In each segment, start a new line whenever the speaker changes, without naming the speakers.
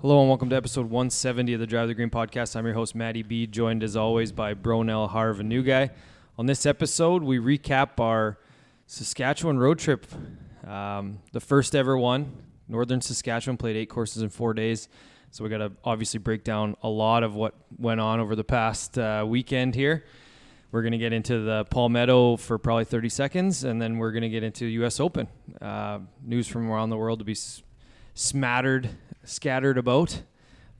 Hello and welcome to episode 170 of the Drive the Green podcast. I'm your host, Matty B, joined as always by Bronell Harv, a new guy. On this episode, we recap our Saskatchewan road trip, um, the first ever one. Northern Saskatchewan played eight courses in four days. So we got to obviously break down a lot of what went on over the past uh, weekend here. We're going to get into the Palmetto for probably 30 seconds, and then we're going to get into U.S. Open. Uh, news from around the world to be s- smattered, scattered about.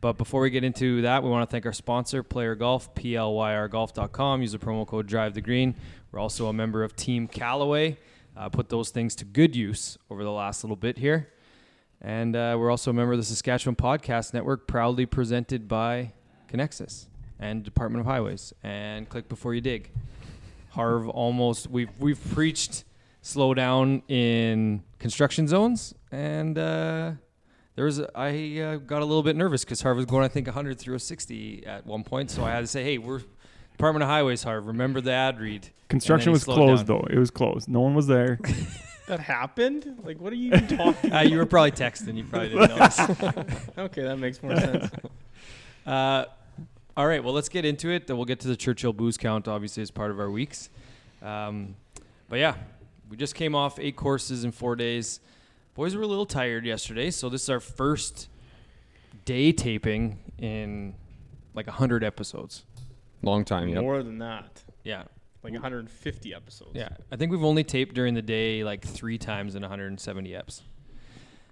But before we get into that, we want to thank our sponsor, Player Golf, plyrgolf.com. Use the promo code Drive the Green. We're also a member of Team Callaway. Uh, put those things to good use over the last little bit here. And uh, we're also a member of the Saskatchewan Podcast Network, proudly presented by Connexus and Department of Highways. And click before you dig. Harv almost we've we've preached slow down in construction zones, and uh, there was I uh, got a little bit nervous because Harv was going I think 100 through a 60 at one point, so I had to say, hey, we're Department of Highways, Harv. Remember the ad read.
Construction was closed though. It was closed. No one was there.
That happened? Like, what are you even talking?
Uh, you were probably texting. You probably didn't notice.
okay, that makes more sense.
Uh, all right, well, let's get into it. Then we'll get to the Churchill booze count, obviously, as part of our weeks. Um, but yeah, we just came off eight courses in four days. Boys were a little tired yesterday, so this is our first day taping in like 100 episodes.
Long time, yep.
More than that,
Yeah.
like 150 episodes.
Yeah. I think we've only taped during the day like three times in 170 eps.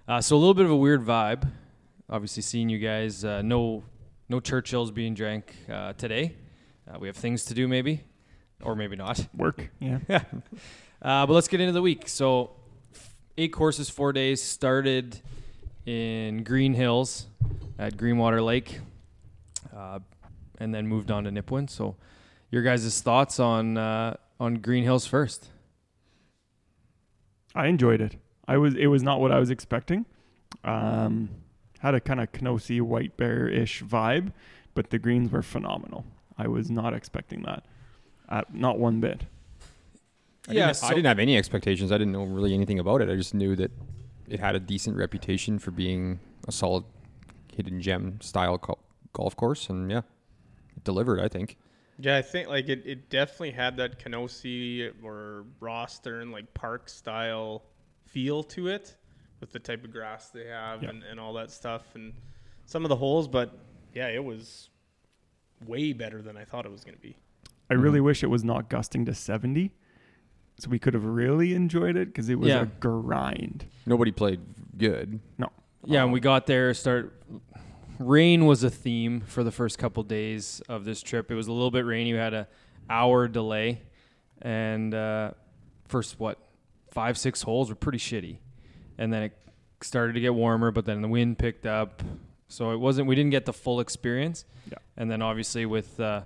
Uh, so a little bit of a weird vibe. Obviously, seeing you guys. Uh, no, no Churchills being drank uh, today. Uh, we have things to do, maybe, or maybe not.
Work. Yeah.
Uh, but let's get into the week. So, f- eight courses, four days. Started in Green Hills at Greenwater Lake, uh, and then moved on to Nipwin. So, your guys' thoughts on uh, on Green Hills first?
I enjoyed it. I was it was not what I was expecting. Um had a kind of Knossi white bear ish vibe, but the greens were phenomenal. I was not expecting that. Uh, not one bit.
I didn't, I didn't have any expectations. I didn't know really anything about it. I just knew that it had a decent reputation for being a solid hidden gem style co- golf course, and yeah, it delivered. I think.
Yeah, I think like it, it definitely had that Kenosi or roster and like park style feel to it with the type of grass they have
Yeah.
and, and all that stuff and some of the holes, but yeah, it was way better than I thought it was going to be.
I really
Mm-hmm.
wish it was not gusting to 70 so we could have really enjoyed it cuz it was
Yeah.
a grind.
Nobody played good.
No.
Yeah, and we got there. Start rain was a theme for the first couple days of this trip. It was a little bit rainy. We had a hour delay, and uh, first what five six holes were pretty shitty, and then it started to get warmer. But then the wind picked up, so it wasn't. We didn't get the full experience.
Yeah.
And then obviously with uh,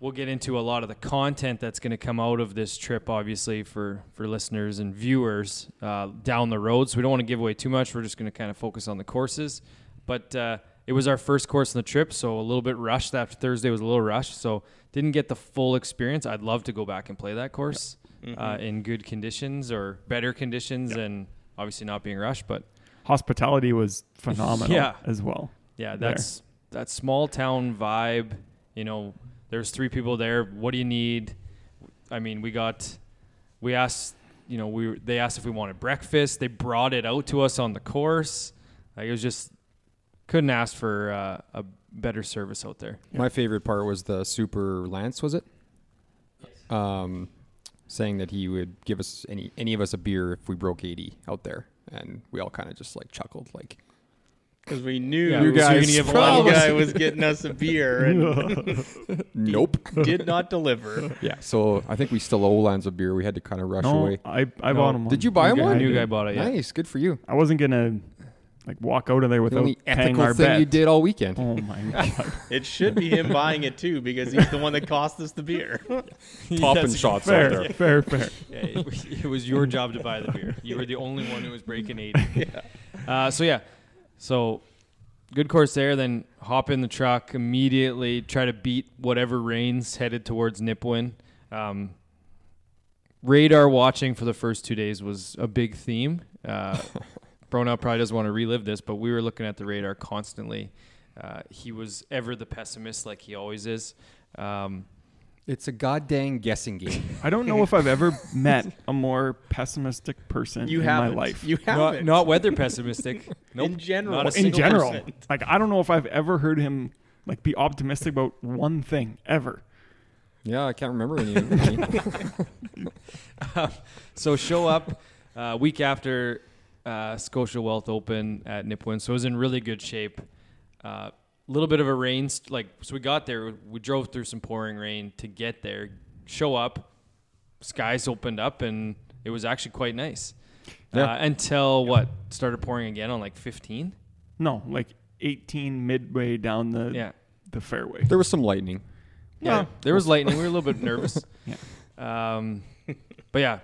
we'll get into a lot of the content that's going to come out of this trip, obviously for for listeners and viewers uh, down the road. So we don't want to give away too much. We're just going to kind of focus on the courses. But uh, it was our first course on the trip, so a little bit rushed. After Thursday was a little rushed, so didn't get the full experience. I'd love to go back and play that course uh, in good conditions or better conditions, and obviously not being rushed, but.
Hospitality was phenomenal
Yeah.
as well.
Yeah,
there.
that's that small town vibe. You know, there's three people there. What do you need? I mean, we got, we asked, you know, we were- they asked if we wanted breakfast. They brought it out to us on the course. Like it was just couldn't ask for uh, a better service out there.
My favorite part was the super Lance. Was it? Um, saying that he would give us any any of us a beer if we broke eighty out there, and we all kind of just like chuckled, like
Because we knew
Yeah, You we were guys gonna give
one
promised.
guy was getting us a beer and
nope.
did not deliver.
yeah. So I think we still owe Lance a beer. We had to kind of rush
No,
away.
I I
No.
bought him one.
Did you buy
guy-
one?
new guy bought it, yeah.
Nice. Good for you.
I wasn't gonna like walk out of there
The
without
only
paying
ethical
our
thing
bet.
you did all weekend.
Oh my god!
It should be him buying it too because he's the one that cost us the beer.
Popping shots out
fair,
there.
fair, fair.
Yeah, it, it was your job to buy the beer. You were the only one who was breaking 80. Uh, so, yeah. So, good course there. Then hop in the truck immediately, try to beat whatever rains headed towards Nipwin. Um, radar watching for the first two days was a big theme. Uh, Brownell probably doesn't want to relive this, but we were looking at the radar constantly. Uh, he was ever the pessimist, like he always is. Um,
It's a goddamn guessing game.
I don't know if I've ever met a more pessimistic person
You
in
have
my life.
You
not,
haven't.
not weather pessimistic. Nope.
in general.
Not a
in
single
general,
person.
like I don't know if I've ever heard him like be optimistic about one thing ever.
yeah, I can't remember any. any-
So show up uh, week after uh, Scotia Wealth Open at Nipwin. So it was in really good shape. A uh, little bit of a rain, st- like so we got there. We drove through some pouring rain to get there. Show up, skies opened up, and it was actually quite nice.
Yeah.
Uh, until what started pouring again on like 15.
No, like 18 midway down the
Yeah,
the fairway.
there was some lightning.
yeah. There was lightning. We were a little bit nervous.
Yeah.
Um, but yeah,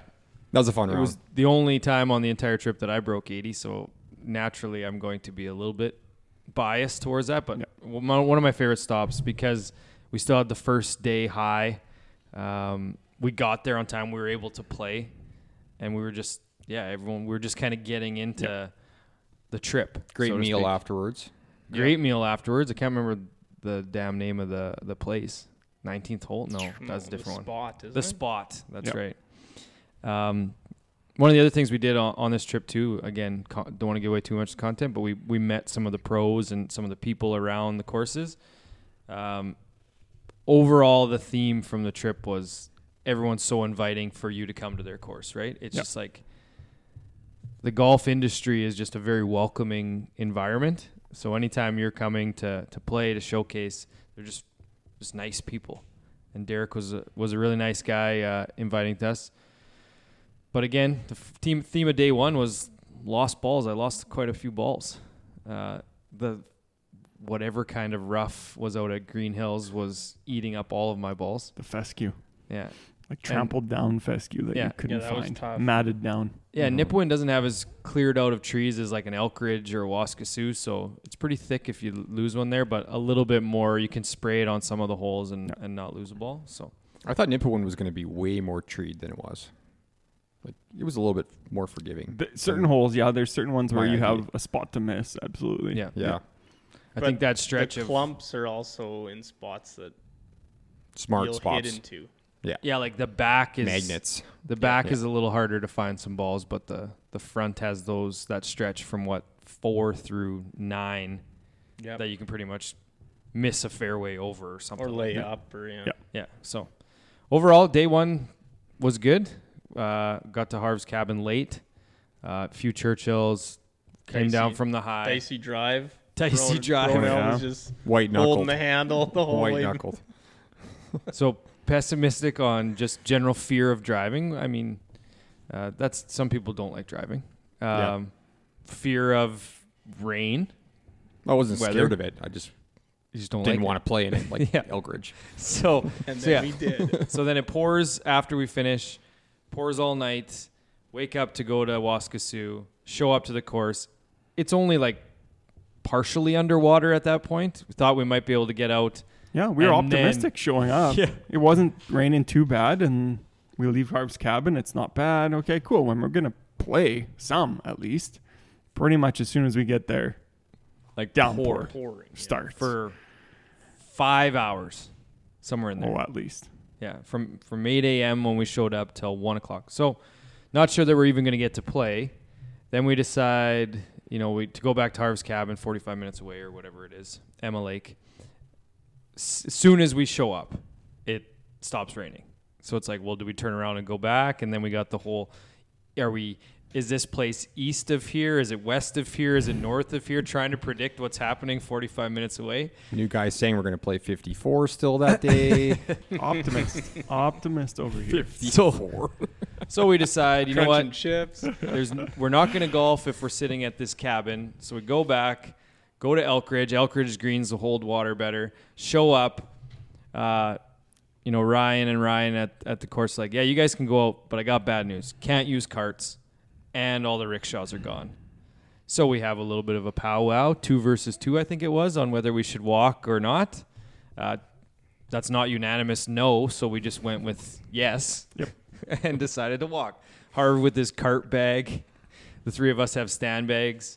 That was a fun
It
round.
was the only time on the entire trip that I broke 80, so naturally I'm going to be a little bit biased towards that. But
Yeah.
my- one of my favorite stops because we still had the first day high. Um, we got there on time. We were able to play, and we were just yeah, everyone. We were just kind of getting into the trip.
Great
so to
meal
speak.
afterwards.
Great meal afterwards. I can't remember the damn name of the the place. 19th hole? No, that's a
the
different one
Spot, isn't
the
it?
spot. That's
Yep.
right. Um, one of the other things we did on, on this trip too, again, con- don't want to give away too much content, but we we met some of the pros and some of the people around the courses. Um, overall, the theme from the trip was everyone's so inviting for you to come to their course, right? It's
Yep.
just like the golf industry is just a very welcoming environment. So anytime you're coming to to play to showcase, they're just just nice people. And Derek was a, was a really nice guy uh, inviting to us. But again, the f- team theme of day one was lost balls. I lost quite a few balls. Uh, the whatever kind of rough was out at Green Hills was eating up all of my balls.
The fescue,
Yeah,
like trampled down fescue that
Yeah.
you couldn't
Yeah, that was
find,
tough.
matted down.
yeah. Nipwin doesn't have as cleared out of trees as like an Elk Ridge or Waskasoo, so it's pretty thick if you l- lose one there. But a little bit more, you can spray it on some of the holes and, and not lose a ball. So
I thought Nipawin was going to be way more treed than it was. Like it was a little bit more forgiving.
The, certain holes, yeah. There's certain ones where
My
you
idea.
have a spot to miss. Absolutely.
yeah,
Yeah,
I
But
think that stretch
the
of
clumps are also in spots that
smart
you'll
spots,
hit into.
yeah, like the back is
magnets.
The back
Yeah.
is a little harder to find some balls, but the the front has those that stretch from what four through nine
Yep.
that you can pretty much miss a fairway over or something.
or
like
lay
that.
up or yeah.
Yep.
Yeah. So overall, day one was good. Uh, got to Harv's cabin late. Uh, few Churchills came down
Dicey-
from the high.
Dicey drive.
Dicey
Rowan-
drive.
Rowan
Yeah.
was just holding
White knuckled.
the handle the whole
White
way.
knuckled.
So pessimistic on just general fear of driving. I mean, uh, that's some people don't like driving. Um,
Yeah.
Fear of rain.
I wasn't
Weather.
scared of it. I just
You just don't
didn't
like
want to play in it like
Yeah.
Elgridge.
it. So
And
So,
then
yeah.
we did.
so then it pours after we finish, pours all night. Wake up to go to Waskasoo, show up to the course. It's only like partially underwater at that point. We thought we might be able to get out.
Yeah, we were
And then-
optimistic showing up.
Yeah.
It wasn't raining too bad, and we leave Harv's cabin. It's not bad. Okay, cool. When we're gonna play some, at least, pretty much as soon as we get there,
Like
Downpour.
pour
Pouring, yeah.
starts.
for five hours, somewhere in there.
oh, at least.
Yeah, from from 8 a.m. when we showed up till one o'clock. So, not sure that we're even going to get to play. Then we decide, you know, we to go back to Harv's cabin, 45 minutes away or whatever it is, Emma Lake. S- soon as we show up, it stops raining. So it's like, well, do we turn around and go back? And then we got the whole, are we? Is this place east of here? Is it west of here? Is it north of here? Trying to predict what's happening 45 minutes away.
New guy saying we're going to play 54 still that day.
Optimist, optimist over here.
54.
So we decide, you know
Crunching
what?
chips.
There's n- we're not going to golf if we're sitting at this cabin. So we go back, go to Elkridge. Elkridge greens will hold water better. Show up, uh, you know Ryan and Ryan at at the course like, yeah, you guys can go out, but I got bad news. Can't use carts, and all the rickshaws are gone. So we have a little bit of a powwow, two versus two, I think it was, on whether we should walk or not. Uh, that's not unanimous, no. So we just went with yes
Yep.
and decided to walk. Harv with his cart bag, The three of us have stand bags.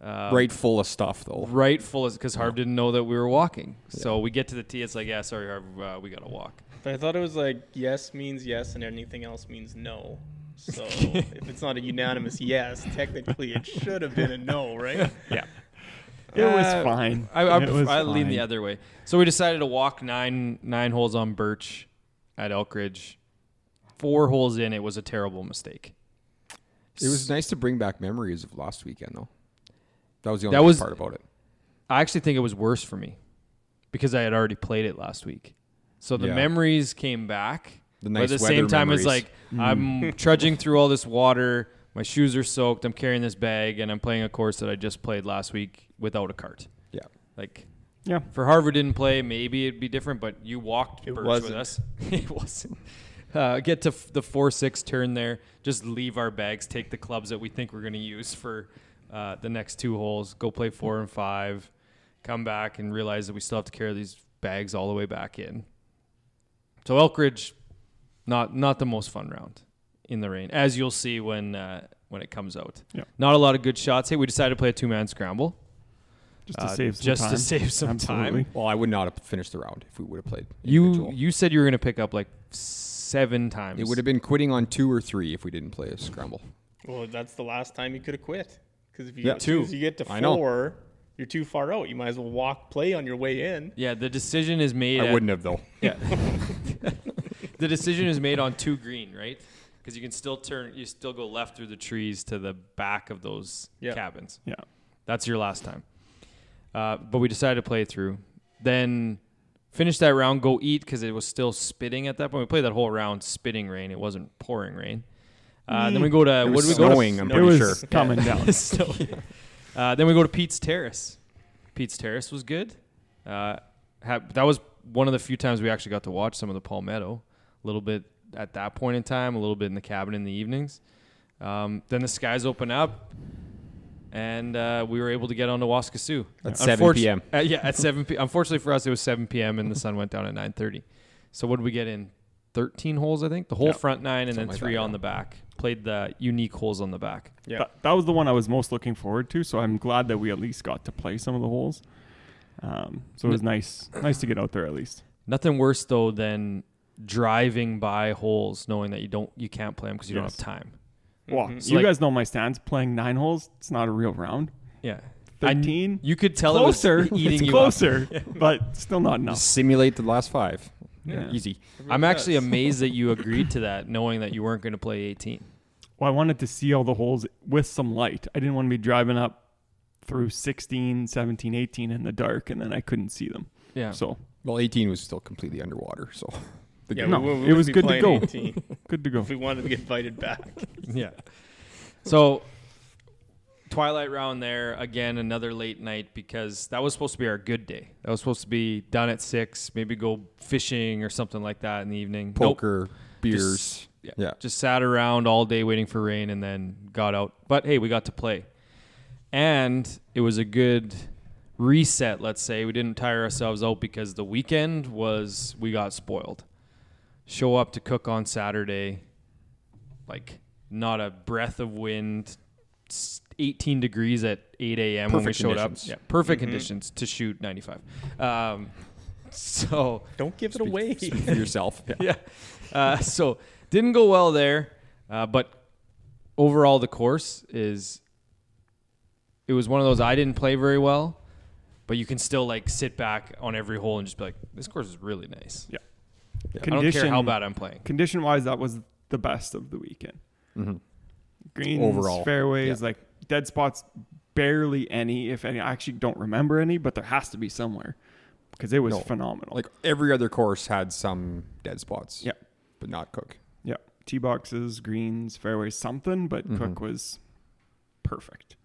Um,
right full of stuff though.
Right full of because Harv didn't know that we were walking. So we get to the tee. It's like, yeah, sorry, Harv, uh, we gotta walk.
But I thought it was like yes means yes and anything else means no. So if it's not a unanimous yes, technically it should have been a no, right?
Yeah. It was
Uh,
fine.
I, I,
It was
pref- I lean
fine.
the other way. So we decided to walk nine nine holes on Birch at Elk Ridge. Four holes in, it was a terrible mistake.
It was nice to bring back memories of last weekend though. That was the
That
only
was-
part about it.
I actually think it was worse for me because I had already played it last week. So the
Yeah.
memories came back.
The
but
nice
at the
weather
same time, it's
memories. Mm.
like I'm trudging through all this water. My shoes are soaked. I'm carrying this bag, and I'm playing a course that I just played last week without a cart.
Yeah.
Like
Yeah.
for Harvard didn't play, maybe it'd be different. But you walked
It
Birch
wasn't.
with us. it wasn't. Uh, get to f- the four six turn there. Just leave our bags. Take the clubs that we think we're going to use for uh, the next two holes. Go play four and five. Come back and realize that we still have to carry these bags all the way back in. So Elkridge, not not the most fun round in the rain, as you'll see when uh, when it comes out.
Yeah.
Not a lot of good shots. Hey, we decided to play a two man scramble
Just to
uh,
save some
just to
time.
save some
Absolutely.
time.
Well, I would not have finished the round if we would have played.
You
individual.
you said you were going to pick up like seven times.
it would have been quitting on two or three if we didn't play a scramble.
Well, that's the last time you could have quit. Because if you
Yeah.
as soon as
Two.
you get to
I know.
four, you're too far out. You might as well walk play on your way in.
Yeah, the decision is made.
I
at-
wouldn't have though.
Yeah. the decision is made on two green, right? Because you can still turn. You still go left through the trees to the back of those
Yeah.
cabins.
Yeah.
That's your last time. Uh, but we decided to play through. Then finish that round, go eat because it was still spitting at that point. We played that whole round spitting rain. It wasn't pouring rain. Uh, then we go to
It
what
was
do we go to?
snowing. I'm
It
It
pretty
was
sure.
coming down.
so, uh, then we go to Pete's Terrace. Pete's Terrace was good. Uh, ha- that was one of the few times we actually got to watch some of the Palmetto. A little bit at that point in time, a little bit in the cabin in the evenings. Um, then the skies open up, and uh, we were able to get onto Waskasoo
At 7 p.m..
Uh, yeah, at 7 p.m. Unfortunately for us, it was 7 p.m. and the sun went down at 9:30. So what did we get in? 13 holes, I think. The whole
Yep.
front nine and
Something
then
like
three
that,
on
yeah.
the back. Played the unique holes on the back.
Yeah.
That, that was the one I was most looking forward to. So I'm glad that we at least got to play some of the holes. Um, so it was nice, nice to get out there at least.
Nothing worse though than driving by holes knowing that you don't you can't play them because you
Yes.
don't have time.
Wow,
Mhm.
So
Mm-hmm. you
like-
guys know my stance. Playing nine holes, it's not a real round.
Yeah. I kn-
13?
you could tell
closer,
it was eating
it's
you up.
closer, but still not
Just
enough.
Simulate the last five.
Yeah.
Easy.
I'm actually
Yes.
amazed that you agreed to that knowing that you weren't going to play 18.
Well, I wanted to see all the holes with some light. I didn't want to be driving up through 16, 17, 18 in the dark, and then I couldn't see them.
Yeah.
So
Well, 18 was still completely underwater, so the
Yeah,
game-
No,
we, we
it
wouldn't
was
be
good to
playing
go.
18
good to go.
if we wanted to get invited back.
yeah. So Twilight round there again another late night because that was supposed to be our good day. That was supposed to be done at 6, maybe go fishing or something like that in the evening. Nope.
poker, beers.
Just- yeah,
Yeah.
Just sat around all day waiting for rain and then got out. But hey, we got to play. And it was a good reset, let's say. We didn't tire ourselves out because the weekend was we got spoiled. Show up to cook on Saturday, like not a breath of wind. s- 18 degrees at 8 a.m. when we
Perfect
showed
conditions.
up. Yeah, perfect conditions to shoot 95. Um, so
Don't give it
Speak-
away.
speak for yourself. Yeah.
yeah. Uh, so didn't go well there, uh, but overall the course is. It was one of those I didn't play very well, but you can still like sit back on every hole and just be like, this course is really nice.
Yeah.
I don't care how bad I'm playing.
Condition wise, that was the best of the weekend.
Mhm.
Greens,
Overall,
fairways, like dead spots, barely any, if any. I actually don't remember any, but there has to be somewhere because it was
No,
phenomenal.
Like every other course had some dead spots.
Yeah.
But not Cook.
yeah, tee boxes, greens, fairways, something, but
Mm-hmm.
Cook was perfect.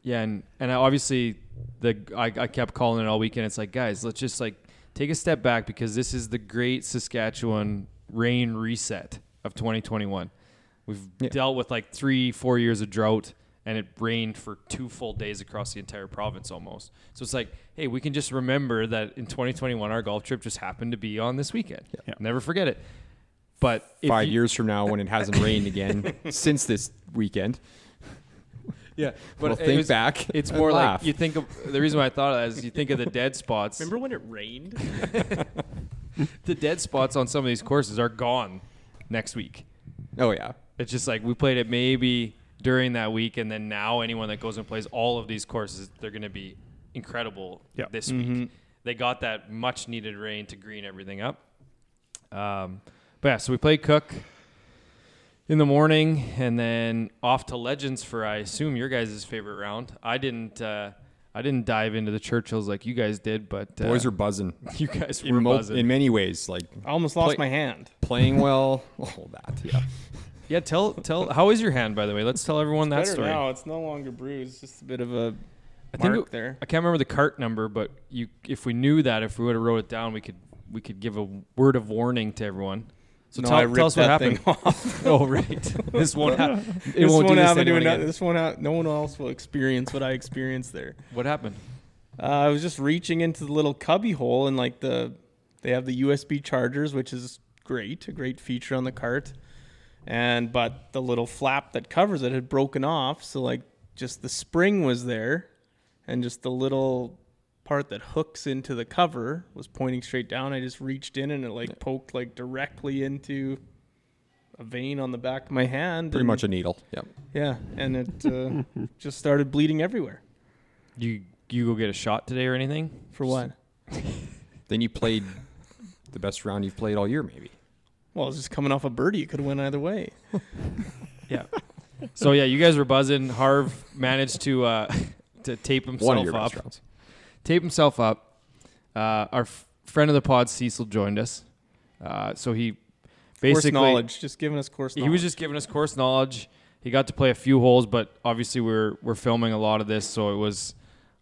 Yeah, and and I obviously the I, I kept calling it all weekend. It's like, guys, let's just like take a step back because this is the great Saskatchewan rain reset of 2021. We've
Yeah.
dealt with like three, four years of drought, and it rained for two full days across the entire province almost. So it's like, hey, we can just remember that in 2021 our golf trip just happened to be on this weekend.
Yeah.
Never forget it. But if
Five
you-
years from now, when it hasn't rained again since this weekend,
yeah,
But
but it
think
was-
back.
It's
and
more
laugh.
like you think of the reason why I thought of that is you think of the dead spots.
Remember when it rained?
the dead spots on some of these courses are gone next week.
Oh yeah.
It's just like we played it maybe during that week, and then now anyone that goes and plays all of these courses, they're going to be incredible
Yeah.
this
Mm-hmm.
week. They got that much needed rain to green everything up. Um, but yeah, so we played Cook in the morning, and then off to Legends for I assume your guys' favorite round. I didn't. Uh, I didn't dive into the Churchills like you guys did, but uh,
Boys are buzzing.
you guys were
In, mo-
buzzing.
in many ways, like
I almost lost
Play-
my hand.
playing well. All that. Yeah.
Yeah, tell tell how is your hand by the way? Let's tell everyone that
Better
story.
now. It's no longer bruised. Just a bit of a
I think
mark
it-
there.
I can't remember the cart number, but you if we knew that, if we would have wrote it down, we could we could give a word of warning to everyone. So
No,
tell,
I
tell
ripped
us what
that
happened.
Thing off.
oh right, this won't happen. It
this
won't,
won't
do this to
happen to
anyone
ano-
again.
This one, ha- no one else will experience what I experienced there.
What happened?
Uh, I was just reaching into the little cubby hole and like the they have the USB chargers, which is great, a great feature on the cart. And but the little flap that covers it had broken off, so like just the spring was there and just the little part that hooks into the cover was pointing straight down. I just reached in and it like poked like directly into a vein on the back of my hand.
Pretty
and-
much a needle. Yep.
Yeah, and it uh, just started bleeding everywhere.
You you go get a shot today or anything?
For what?
Then you played the best round you've played all year, maybe.
Well, it's just coming off a birdie. It could win either way.
Yeah. so yeah, you guys were buzzing. Harv managed to uh, to tape
One of
himself
your
up.
best rounds.
tape himself up. Uh, our f- friend of the pod, Cecil, joined us. Uh, so he basically
course knowledge, just giving us course knowledge.
he was just giving us course knowledge. He got to play a few holes, but obviously we're we're filming a lot of this, so it was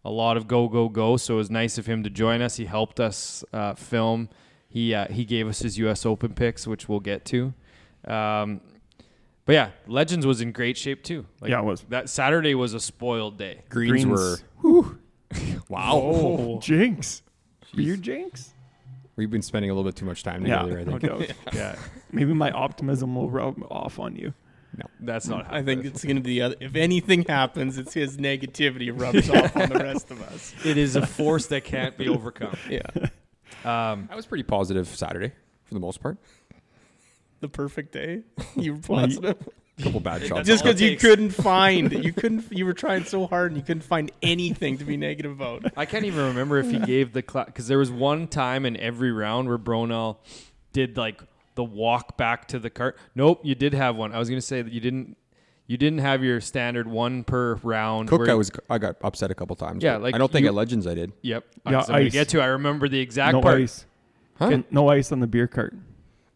a lot of go go go. So it was nice of him to join us. He helped us uh, film. He uh, he gave us his U.S. Open picks, which we'll get to. Um, but yeah, Legends was in great shape too. Like,
Yeah, it was.
That Saturday was a spoiled day.
Greens, were wow.
oh, jinx. Beer jinx.
We've been spending a little bit too much time together. I
no
think.
doubt. yeah. Maybe my optimism will rub off on you.
That's not.
I think it's going to be the other. If anything happens, it's his negativity rubs off on the rest of us.
it is a force that can't be overcome.
Yeah,
Um,
I was pretty positive Saturday for the most part.
the perfect day. You were
Well, you-
positive
A couple bad shots.
just
all it
because you
takes.
couldn't find you couldn't you were trying so hard and you couldn't find anything to be negative about.
I can't even remember if he gave the clap because there was one time in every round where Bronell did like the walk back to the cart. Nope, you did have one. I was gonna say that you didn't. You didn't have your standard one per round.
Cook,
where-
I was I got upset a couple times.
Yeah,
but
like
I don't think
you-
at Legends I did.
Yep.
Yeah,
I'm gonna
ice.
get to. I remember the exact
no
part.
ice.
Huh?
And No ice on the beer cart.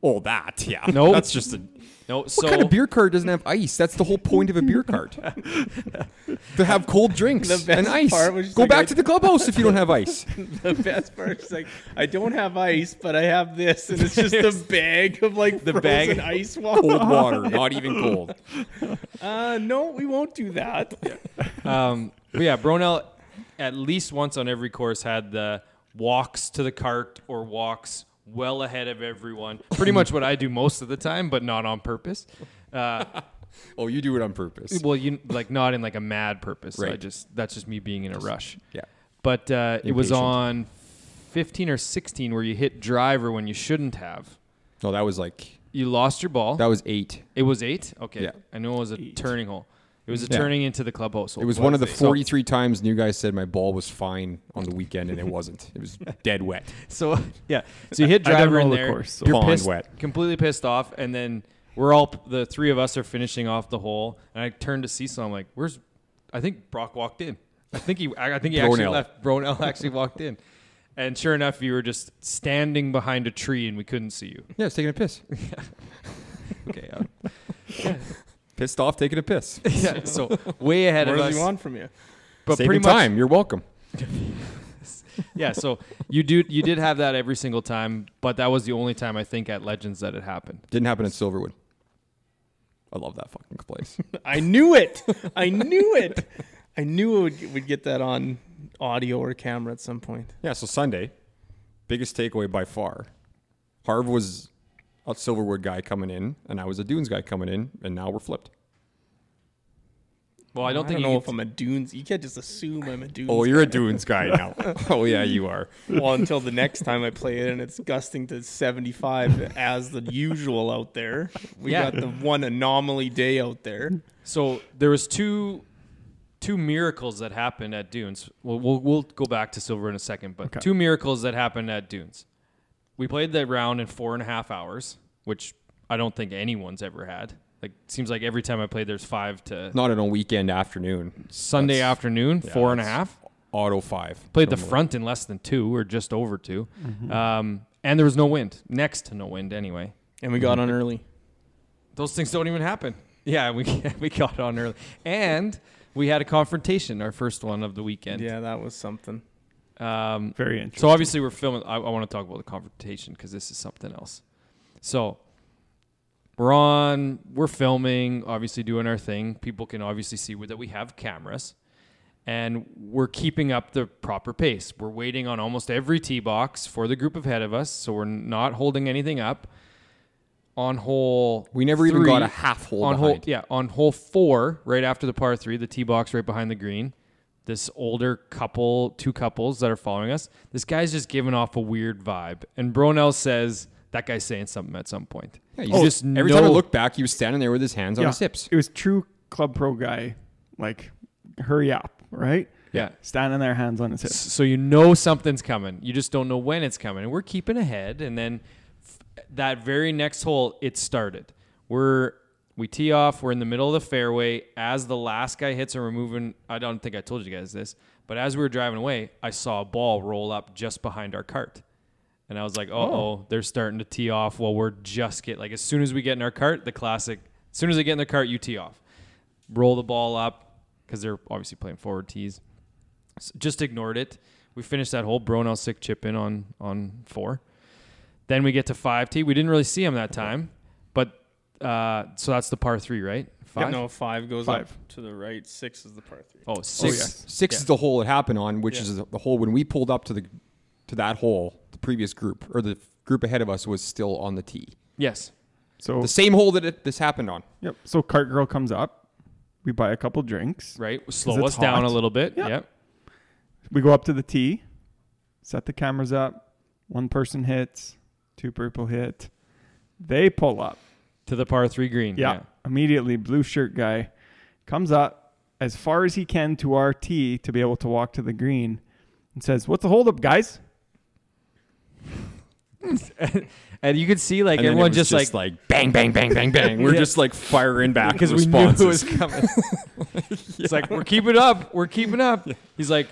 Oh, that yeah.
Nope.
that's just a.
No. So
What kind of beer cart doesn't have ice? That's the whole point of a beer cart. to have cold drinks
The best
and ice.
part was just
Go
like,
back
I-
to the clubhouse if you don't have ice.
The best part is like I don't have ice, but I have this, and it's just a bag of like the
bag-
frozen ice
Cold
water.
water, not even cold.
Uh, no, we won't do that.
Um, but yeah, Bronell at least once on every course had the walks to the cart or walks well ahead of everyone. Pretty much what I do most of the time, but not on purpose. Uh,
Oh, you do it on purpose.
well, you like not in like a mad purpose. I
Right.
just that's just me being in a rush.
Yeah.
But uh, it was
Impatient.
on 15 or 16 where you hit driver when you shouldn't have.
No, that was like
You lost your ball.
that was eight.
it was eight. Okay,
Yeah.
I know it was a turning hole. It was a
Yeah.
turning into the clubhouse. hole.
It was one of the
it? So-
43 times new guys said my ball was fine on the weekend, and it wasn't. It was dead wet.
So yeah, so you hit
I don't
driver
know
in
the
there.
course, so-
You're
Pond
pissed,
wet.
completely pissed off, and then we're all the three of us are finishing off the hole, and I turned to Cecil. I'm like, "Where's?" I think Brock walked in. I think he. I I think he actually
Bronell.
left. Bronell actually walked in, and sure enough, you were just standing behind a tree, and we couldn't see you.
Yeah, I was taking a piss.
Okay. uh,
Pissed off, taking a piss.
yeah. So way ahead
What
of us.
does he want from you?
But
Saving
pretty much,
time. You're welcome.
yeah. So you do. You did have that every single time, but that was the only time I think at Legends that it happened.
Didn't happen at Silverwood. I love that fucking place.
I knew it. I knew it. I knew it would, would get that on audio or camera at some point.
yeah, so Sunday, biggest takeaway by far. Harv was a Silverwood guy coming in, and I was a Dunes guy coming in, and now we're flipped.
Well, I don't think
know
you
if I'm a dunes. You can't just assume I'm a dunes.
Oh, you're a
guy.
Dunes guy now. oh yeah, you are.
well until the next time I play it and it's gusting to 75 as the usual out there. We
Yeah.
got the one anomaly day out there.
So there was two two miracles that happened at Dunes. We'll we'll, we'll go back to Silver in a second, but
Okay.
two miracles that happened at Dunes. We played that round in four and a half hours, which I don't think anyone's ever had. Like seems like every time I played, there's five to
Not on a weekend afternoon.
Sunday
that's-
afternoon,
yeah,
four and a
that's-
half.
Auto five.
Played the
Somewhere.
front in less than two or just over 2 um, and there was no wind, next to no wind anyway.
And we got on early.
Those things don't even happen. Yeah, we we got on early, and we had a confrontation, our first one of the weekend.
Yeah, that was something.
Um,
Very interesting.
so obviously we're filming. I, I want to talk about the confrontation because this is something else. So we're on. We're filming. Obviously doing our thing. People can obviously see that we have cameras, and we're keeping up the proper pace. We're waiting on almost every tee box for the group ahead of us, so we're not holding anything up. On hole,
We never even got
three-
a half hole
on hole
behind.
yeah on hole four right after the par three the tee box right behind the green this older couple two couples that are following us this guy's just giving off a weird vibe and bronell says that guy's saying something at some point
Yeah,
you
you
just
every
know
time I looked back, he was standing there with his hands on
Yeah.
his hips.
It was true club pro guy, like hurry up, right?
yeah
Standing there, hands on his hips.
so you know something's coming you just don't know when it's coming and we're keeping ahead and then f- that very next hole it started we're we tee off we're in the middle of the fairway as the last guy hits and we're moving i don't think i told you guys this but as we were driving away i saw a ball roll up just behind our cart and i was like uh-oh they're starting to tee off while we're just get like as soon as we get in our cart the classic as soon as they get in their cart you tee off roll the ball up because they're obviously playing forward tees s- just ignored it. We finished that whole Bronell sick chip in on on four. Then we get to five T. We didn't really see him that time, but uh, so that's the par three, right? Five.
No, five goes
Five.
up to the right. Six is the par three.
Oh, six.
Six, six is the hole it happened on, which
Yeah.
is the hole when we pulled up to the to that hole. The previous group or the group ahead of us was still on the tee.
Yes.
So
The same hole that it, this happened on.
yep. So cart girl comes up. We buy a couple drinks.
Right. Slow
it's
us down
hot.
a little bit.
Yeah.
Yep.
We go up to the tee, set the cameras up. One person hits, two people hit. They pull up.
To the par three green.
Yeah. Immediately, blue shirt guy comes up as far as he can to our tee to be able to walk to the green and says, What's the holdup, guys?
And you could see like
And then it
everyone
was
just, like
like, bang bang bang bang bang. We're
Yeah.
just like firing back
because we knew it was
responses.
coming. It's like we're keeping up, we're keeping up. He's like,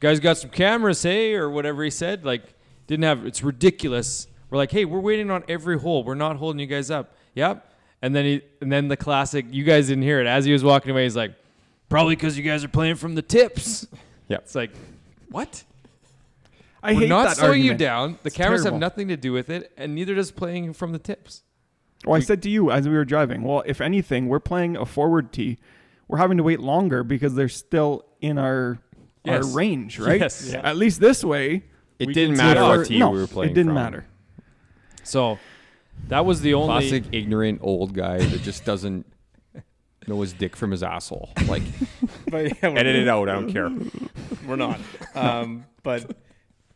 "Guys, got some cameras, hey?" or whatever he said. Like, didn't have. It's ridiculous. We're like, "Hey, we're waiting on every hole. We're not holding you guys up." Yep. And then he, and then the classic. You guys didn't hear it as he was walking away. He's like, "Probably because you guys are playing from the tips."
Yep.
It's like, what?
I
we're
hate
not
that
slowing you
argument.
down. The
It's
cameras
terrible.
have nothing to do with it, and neither does playing from the tips.
Well, I said to you as we were driving, well, if anything, we're playing a forward tee. We're having to wait longer because they're still in our
Yes.
our range, right?
Yes. Yeah.
At least this way.
It
we
didn't
can
matter
tell-
what tee
no,
we were playing
It didn't
from.
matter.
So, that was the only.
classic ignorant old guy that just doesn't know his dick from his asshole. Like
But yeah, we're,
edit it out. I don't care.
we're not. Um, but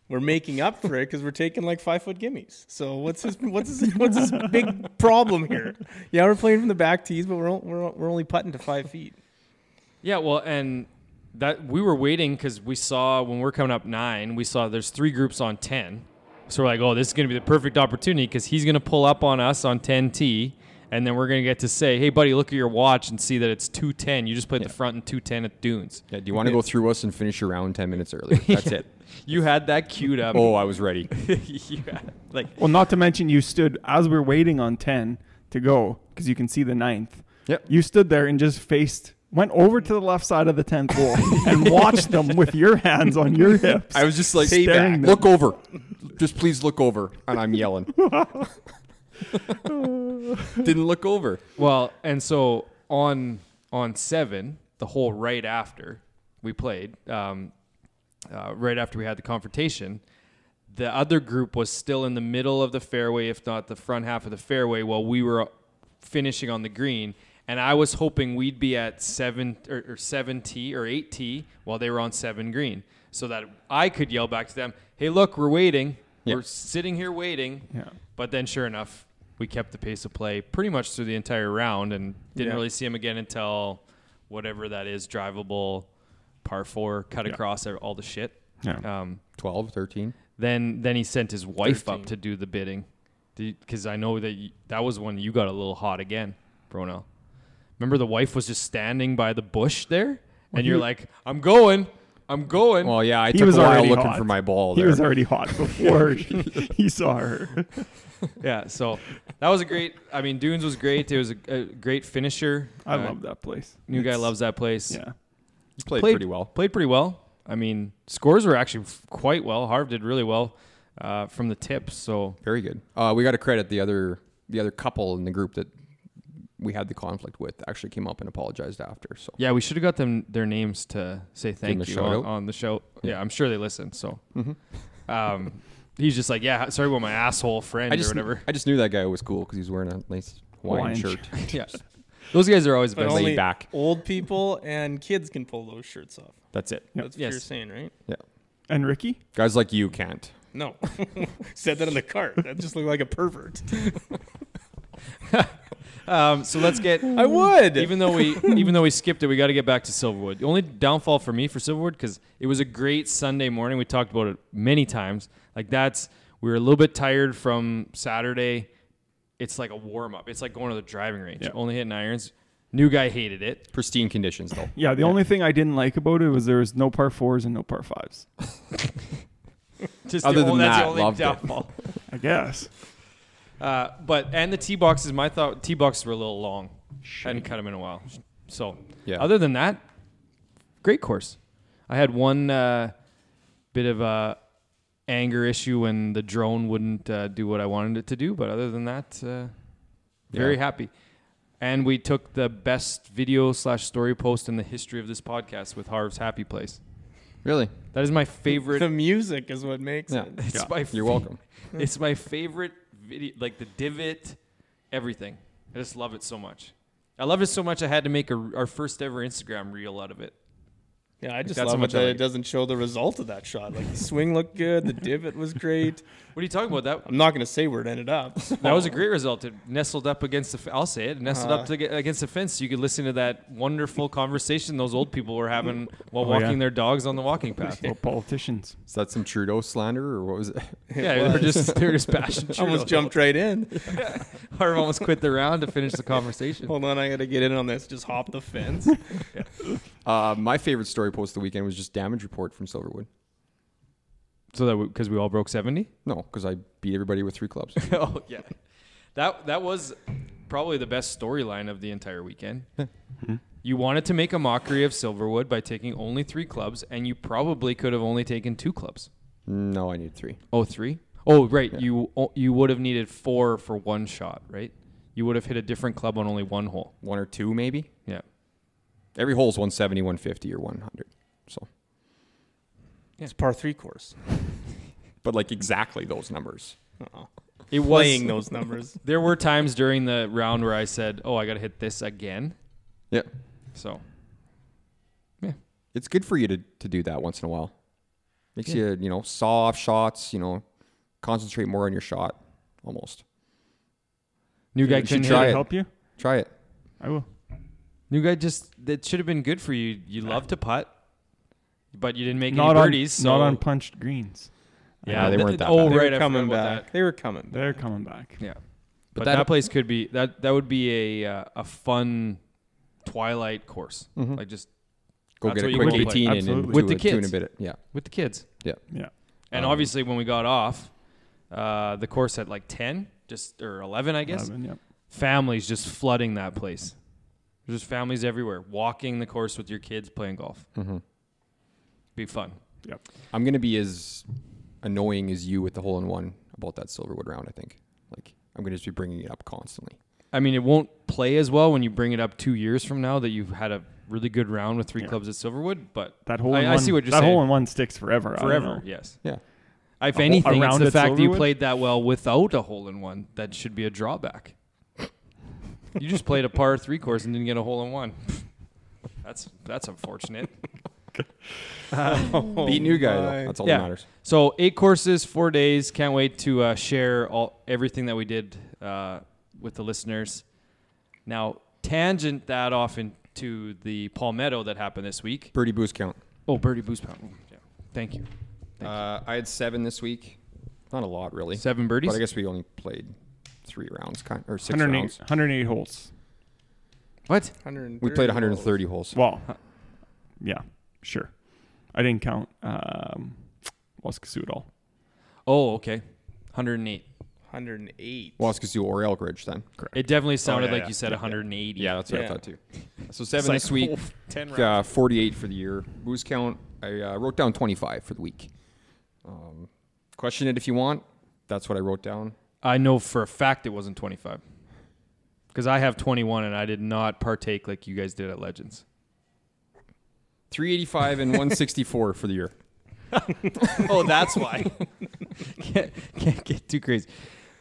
we're making up for it because we're taking like five foot gimmies. So what's his what's his, what's his big problem here? Yeah, we're playing from the back tees, but we're on- we're, on- we're only putting to five feet.
Yeah, well, and that we were waiting because we saw when we're coming up nine, we saw there's three groups on ten, so we're like, oh, this is gonna be the perfect opportunity because he's gonna pull up on us on ten T, and then we're gonna get to say, hey, buddy, look at your watch and see that it's two ten. You just played the front and two ten at Dunes.
Yeah, do you want to go through us and finish your round ten minutes early? That's it.
You had that queued up.
Oh, I was ready.
You had- like
Well, not to mention you stood as we're waiting on 10 to go because you can see the ninth.
Yep.
You stood there and just faced, went over to the left side of the 10th hole and watched them with your hands on your hips.
I was just like,
Stay back.
look over. Just please look over. And I'm yelling. Didn't look over.
Well, and so on on seven, the whole right after we played, um, uh, right after we had the confrontation, the other group was still in the middle of the fairway, if not the front half of the fairway, while we were finishing on the green. and I was hoping we'd be at seven or, or seven T or eight T while they were on seven green, so that I could yell back to them, "Hey, look, we're waiting.
Yeah.
We're sitting here waiting."
Yeah.
But then, sure enough, we kept the pace of play pretty much through the entire round, and didn't
Yeah.
really see him again until whatever that is, drivable, par four, cut
Yeah.
across e-, all the shit.
Yeah.
Um,
12, 13.
then then he sent his wife up
13.
to do the bidding, because I know that you, that was when you got a little hot again, Bruno. Remember the wife was just standing by the bush there, and you're
he-
like, "I'm going, I'm going."
Well, yeah, I
He
took
was
a while
already
looking
hot.
for my ball
He
there.
was already hot before he, he saw her.
yeah, so that was a great. I mean, Dunes was great. It was a, a great finisher.
I
Uh,
love that place.
New guy
It's-
loves that place.
Yeah.
He played,
played-
pretty well.
Played pretty well. I mean, scores were actually f- quite well. Harv did really well uh, from the tips. So
Very good. Uh, we got to credit the other the other couple in the group that we had the conflict with actually came up and apologized after. So
yeah, we should have got them their names to say thank
a
you
shout
on,
out.
on the show. Yeah.
Yeah.
I'm sure they listen. So um, he's just like, yeah, sorry about my asshole friend
I just
or whatever.
I just knew that guy was cool because he's wearing a nice Hawaiian,
Hawaiian
shirt.
yeah, those guys are always
But
best.
only
laid back.
old people and kids can pull those shirts off.
That's it.
Yep.
That's what
Yes.
you're saying, right?
And Ricky?
Guys like you can't.
No, said that in the cart. That just looked like a pervert.
Um, so let's get.
I would.
even though we even though we skipped it, we got to get back to Silverwood. The only downfall for me for Silverwood because it was a great Sunday morning. We talked about it many times. Like that's we were a little bit tired from Saturday. It's like a warm up. It's like going to the driving range.
Yeah.
Only hitting irons. New guy hated it.
Pristine conditions though.
Yeah, the only thing I didn't like about it was there was no par fours and no par fives.
Just the,
Other than
only- that's
that,
the only
loved it.
downfall.
I guess.
Uh, but and the tee boxes, my thought tee boxes were a little long. Hadn't cut them in a while. So
Yeah.
other than that, great course. I had one uh, bit of a anger issue when the drone wouldn't uh, do what I wanted it to do, but other than that, uh, very
Yeah.
happy. And we took the best video slash story post in the history of this podcast with Harv's Happy Place.
Really?
That is my favorite.
the music is what makes
Yeah.
it.
it's
Yeah.
my
You're welcome.
it's my favorite video, like the divot, everything. I just love it so much. I love it so much. I had to make a, our first ever Instagram reel out of it.
Yeah, I just
that's
love
how
it
much I
that
like
it
it.
doesn't show the result of that shot. Like the swing looked good, the divot was great.
What are you talking about? That
I'm not gonna say where it ended up.
that was a great result. It nestled up against the. f- I'll say it. it Nestled up
Uh.
to, get- against the fence. You could listen to that wonderful conversation those old people were having while
Oh,
walking
yeah.
their dogs on the walking path.
Well, politicians.
Is that some Trudeau slander or what was it?
yeah, they were just they were just bashing.
I almost
Trudeau.
jumped right in.
Harv almost quit the round to finish the conversation.
Hold on, I gotta get in on this. Just hop the fence.
Uh, my favorite story post of the weekend was just damage report from Silverwood.
So that because we all broke seventy.
No, because I beat everybody with three clubs.
oh yeah, that that was probably the best storyline of the entire weekend. you wanted to make a mockery of Silverwood by taking only three clubs, and you probably could have only taken two clubs.
no, I need three.
Oh, three? Oh, right. You oh, you would have needed four for one shot, right? You would have hit a different club on only one hole.
One or two, maybe.
Yeah,
Every hole's 170, 150, or 100. So,
It's a par three course.
but like exactly those numbers.
Uh-uh.
it was.
Playing those numbers.
There were times during the round where I said, "Oh, I got to hit this again."
Yeah.
So
It's good for you to, to do that once in a while. Makes you, you know, saw off shots, you know, concentrate more on your shot almost.
new guy
You
couldn't
should
hit
try
Can I
it.
help you?
Try it.
I will.
New guy just that should have been good for you. You love to putt, but you didn't make
Not
any
on,
birdies. so
not on punched greens.
yeah,
No, they
th-
weren't that
Oh,
bad.
They
right,
were
I
coming
forgot about
back. They were coming back.
They're coming back.
that. Yeah, but,
But
that,
that-
place could be that. That would be a uh, a fun twilight course, like just
Go
That's
get
what
a
you
quick
will play.
18 and, and
Absolutely.
With
two
the
and- two and
kids.
a bit. Yeah.
with the kids.
Yeah.
And
Um,
obviously, when we got off, uh, the course at like ten, just or eleven, I guess.
Eleven, yep.
Families just flooding that place. There's just families everywhere walking the course with your kids playing golf.
Mhm.
Be fun.
Yep.
I'm gonna be as annoying as you with the hole in one about that Silverwood round. I think. Like I'm gonna just be bringing it up constantly.
I mean, it won't play as well when you bring it up two years from now that you've had a really good round with three
Yeah.
clubs at Silverwood. But
That hole
I-
in
I
one,
see what you're
that
saying.
hole in one sticks forever. I don't
forever,
know.
yes.
Yeah.
If
hole-
anything,
a
it's
round
the
at
fact that you
Silverwood?
played that well without a hole in one that should be a drawback. You just played a par three course and didn't get a hole in one. That's that's unfortunate.
Beat new guy
my.
though. That's all
Yeah.
that matters.
So eight courses, four days. Can't wait to uh, share all everything that we did uh, with the listeners. Now tangent that off into the Palmetto that happened this week.
Birdie boost count.
Oh, birdie boost pound. Yeah. Thank you. Thank
Uh, I had seven this week. Not a lot really.
Seven birdies.
But I guess we only played three rounds, kind or six
108,
rounds.
108 holes.
what?
130
We played
holes.
130 holes.
Well, yeah, sure. I didn't count um, Waskasoo at all.
Oh, okay. 108.
108.
Waskazoo or Elkridge then.
It definitely sounded
Oh, yeah,
like
yeah.
you said 180.
Yeah, that's what
Yeah.
I thought too. So seven
like,
this week,
oh, 10
uh, 48 for the year. Boost count, I uh, wrote down 25 for the week. Um, question it if you want. That's what I wrote down.
I know for a fact it wasn't 25. Because I have 21 and I did not partake like you guys did at Legends.
385 and 164 for the year.
oh, that's why. can't, can't get too crazy.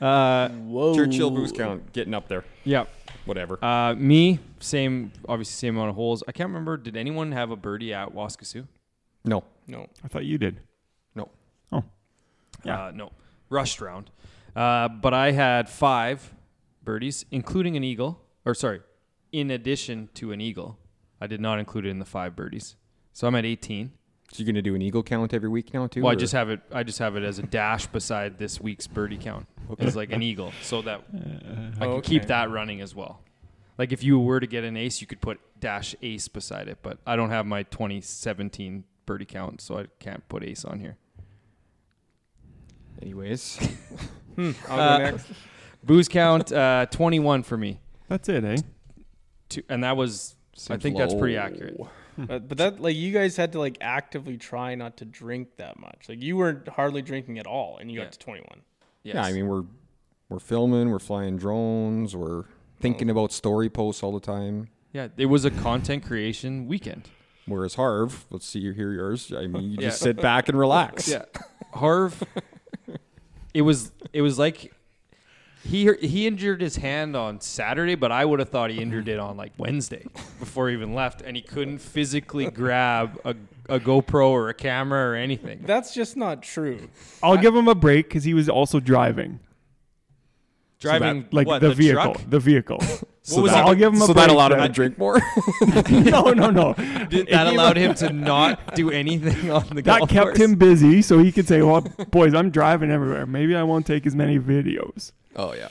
Uh,
Whoa.
Churchill boost count, getting up there.
yeah.
Whatever.
Uh, me, same, obviously, same amount of holes. I can't remember. Did anyone have a birdie at Waskasoo?
no,
No.
I thought you did.
no.
Oh,
Uh, no, rushed round. Uh, but I had five birdies, including an eagle, or sorry, in addition to an eagle. I did not include it in the five birdies, so I'm at 18.
So you're going to do an eagle count every week now too?
Well, I
or-
just have it. I just have it as a dash beside this week's birdie count. It's like an eagle, so
Uh,
that I can keep
Okay.
that running as well. Like if you were to get an ace, you could put dash ace beside it. But I don't have my 2017 birdie count, so I can't put ace on here.
Anyways,
I'll go
Uh,
next.
Booze count uh, 21 for me.
that's it, eh?
two, and that was I
Seems
think that's pretty
low.
accurate.
Uh, But, but that like you guys had to like actively try not to drink that much. Like you weren't hardly drinking at all, and you
Yeah.
got to 21.
Yes.
yeah, I mean we're we're filming, we're flying drones, we're thinking about story posts all the time.
yeah, it was a content creation weekend.
Whereas Harv, let's see, you hear yours. I mean, you
Yeah.
just sit back and relax.
Harv, it was it was like he he injured his hand on Saturday, but I would have thought he injured it on like Wednesday before he even left, and he couldn't physically grab a, a GoPro or a camera or anything.
That's just not true.
I'll give him a break because he was also driving,
Driving
like
what,
the, vehicle,
truck?
the vehicle.
So
was
that,
that-
I'll give him a
so
break.
that allowed him to
then.
drink more.
no, no, no.
Did- that allowed him to not do anything on the
That
golf
kept
course.
him busy, so he could say, "Well, boys, I'm driving everywhere. Maybe I won't take as many videos."
oh yeah.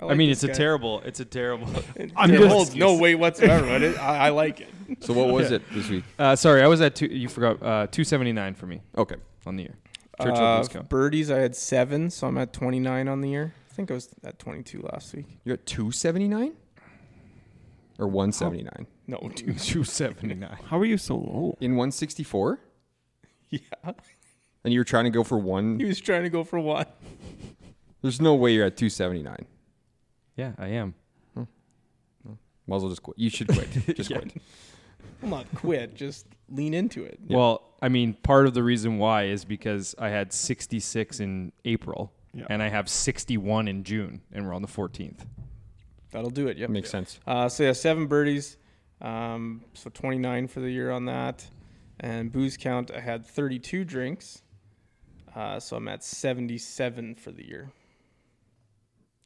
I
like
mean,
this
it's a
guy.
terrible. It's a terrible.
I'm
It
just
holds no weight whatsoever. but it, I, I like it.
So what was it this week?
Uh, sorry, I was at two. You forgot uh, two seventy nine for me
Okay.
on the year. Churchill
Uh,
booze count.
birdies, I had seven, so I'm at 29 on the year. I think I was at 22 last week.
You're at 279 or 179
No, dude.
279.
How are you so low?
in 164,
Yeah,
and you were trying to go for
he
one.
was trying to go for one.
There's no way you're at 279.
Yeah, I am.
Might as well just quit. You should quit. Just quit.
Well, not quit, just lean into it.
Well, I mean, part of the reason why is because I had 66 in April
Yeah.
and I have 61 in June and we're on the 14th.
That'll do it. Yep.
That makes sense.
Uh, so yeah, seven birdies. Um, so 29 for the year on that. And booze count, I had 32 drinks. Uh, so I'm at 77 for the year.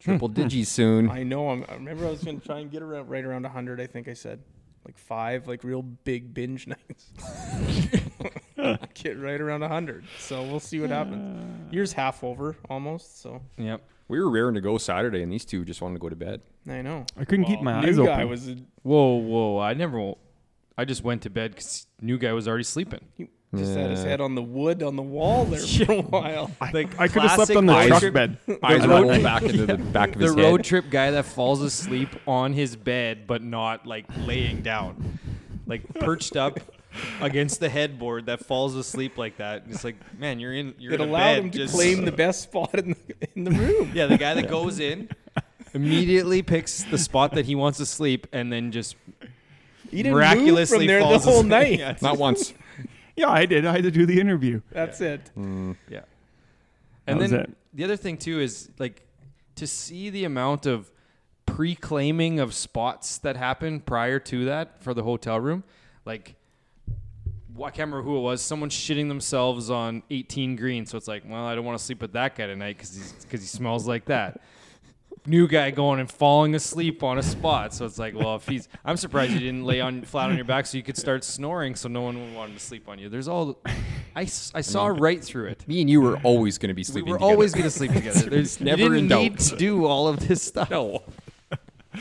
Triple digi soon.
I know. I'm, I remember I was going to try and get around right around 100. I think I said like five, like real big binge nights. get right around 100. So we'll see what happens. Year's half over almost. So
Yep.
We were raring to go Saturday, and these two just wanted to go to bed.
I know.
I couldn't keep my
New
eyes
guy
open.
was a-
Whoa, whoa. I never, I just went to bed because new guy was already sleeping.
he just had his
Yeah.
head on the wood on the wall there for a while.
I,
Like
I could have slept
classic
on the
road
truck
trip-
bed.
Eyes rolled back into the back of
The
his
road
head.
trip guy that falls asleep on his bed, but not like laying down, like perched up against the headboard that falls asleep like that. It's like, man, you're in, you're
It
in a
allowed
bed,
him to
just-
claim the best spot in the, in the room.
Yeah, the guy that goes in immediately picks the spot that he wants to sleep and then just
He didn't move
miraculously
from there the
falls
whole
asleep.
night.
Yeah.
Not once.
Yeah, I did. I had to do the interview.
That's it.
yeah. And
That was
then
it.
the other thing too is like to see the amount of pre-claiming of spots that happened prior to that for the hotel room. Like, wh- I can't remember who it was. Someone shitting themselves on 18 green. So it's like, well, I don't want to sleep with that guy tonight because because he smells like that. New guy going and falling asleep on a spot. So it's like, well, if he's, I'm surprised you didn't lay on flat on your back so you could start snoring so no one wanted to sleep on you. There's all, I, s- I saw right through it.
Me and you were always going to be
We
sleeping.
were
together.
always going to sleep together. There's
never
you
in
didn't
doubt.
need to do all of this stuff.
No.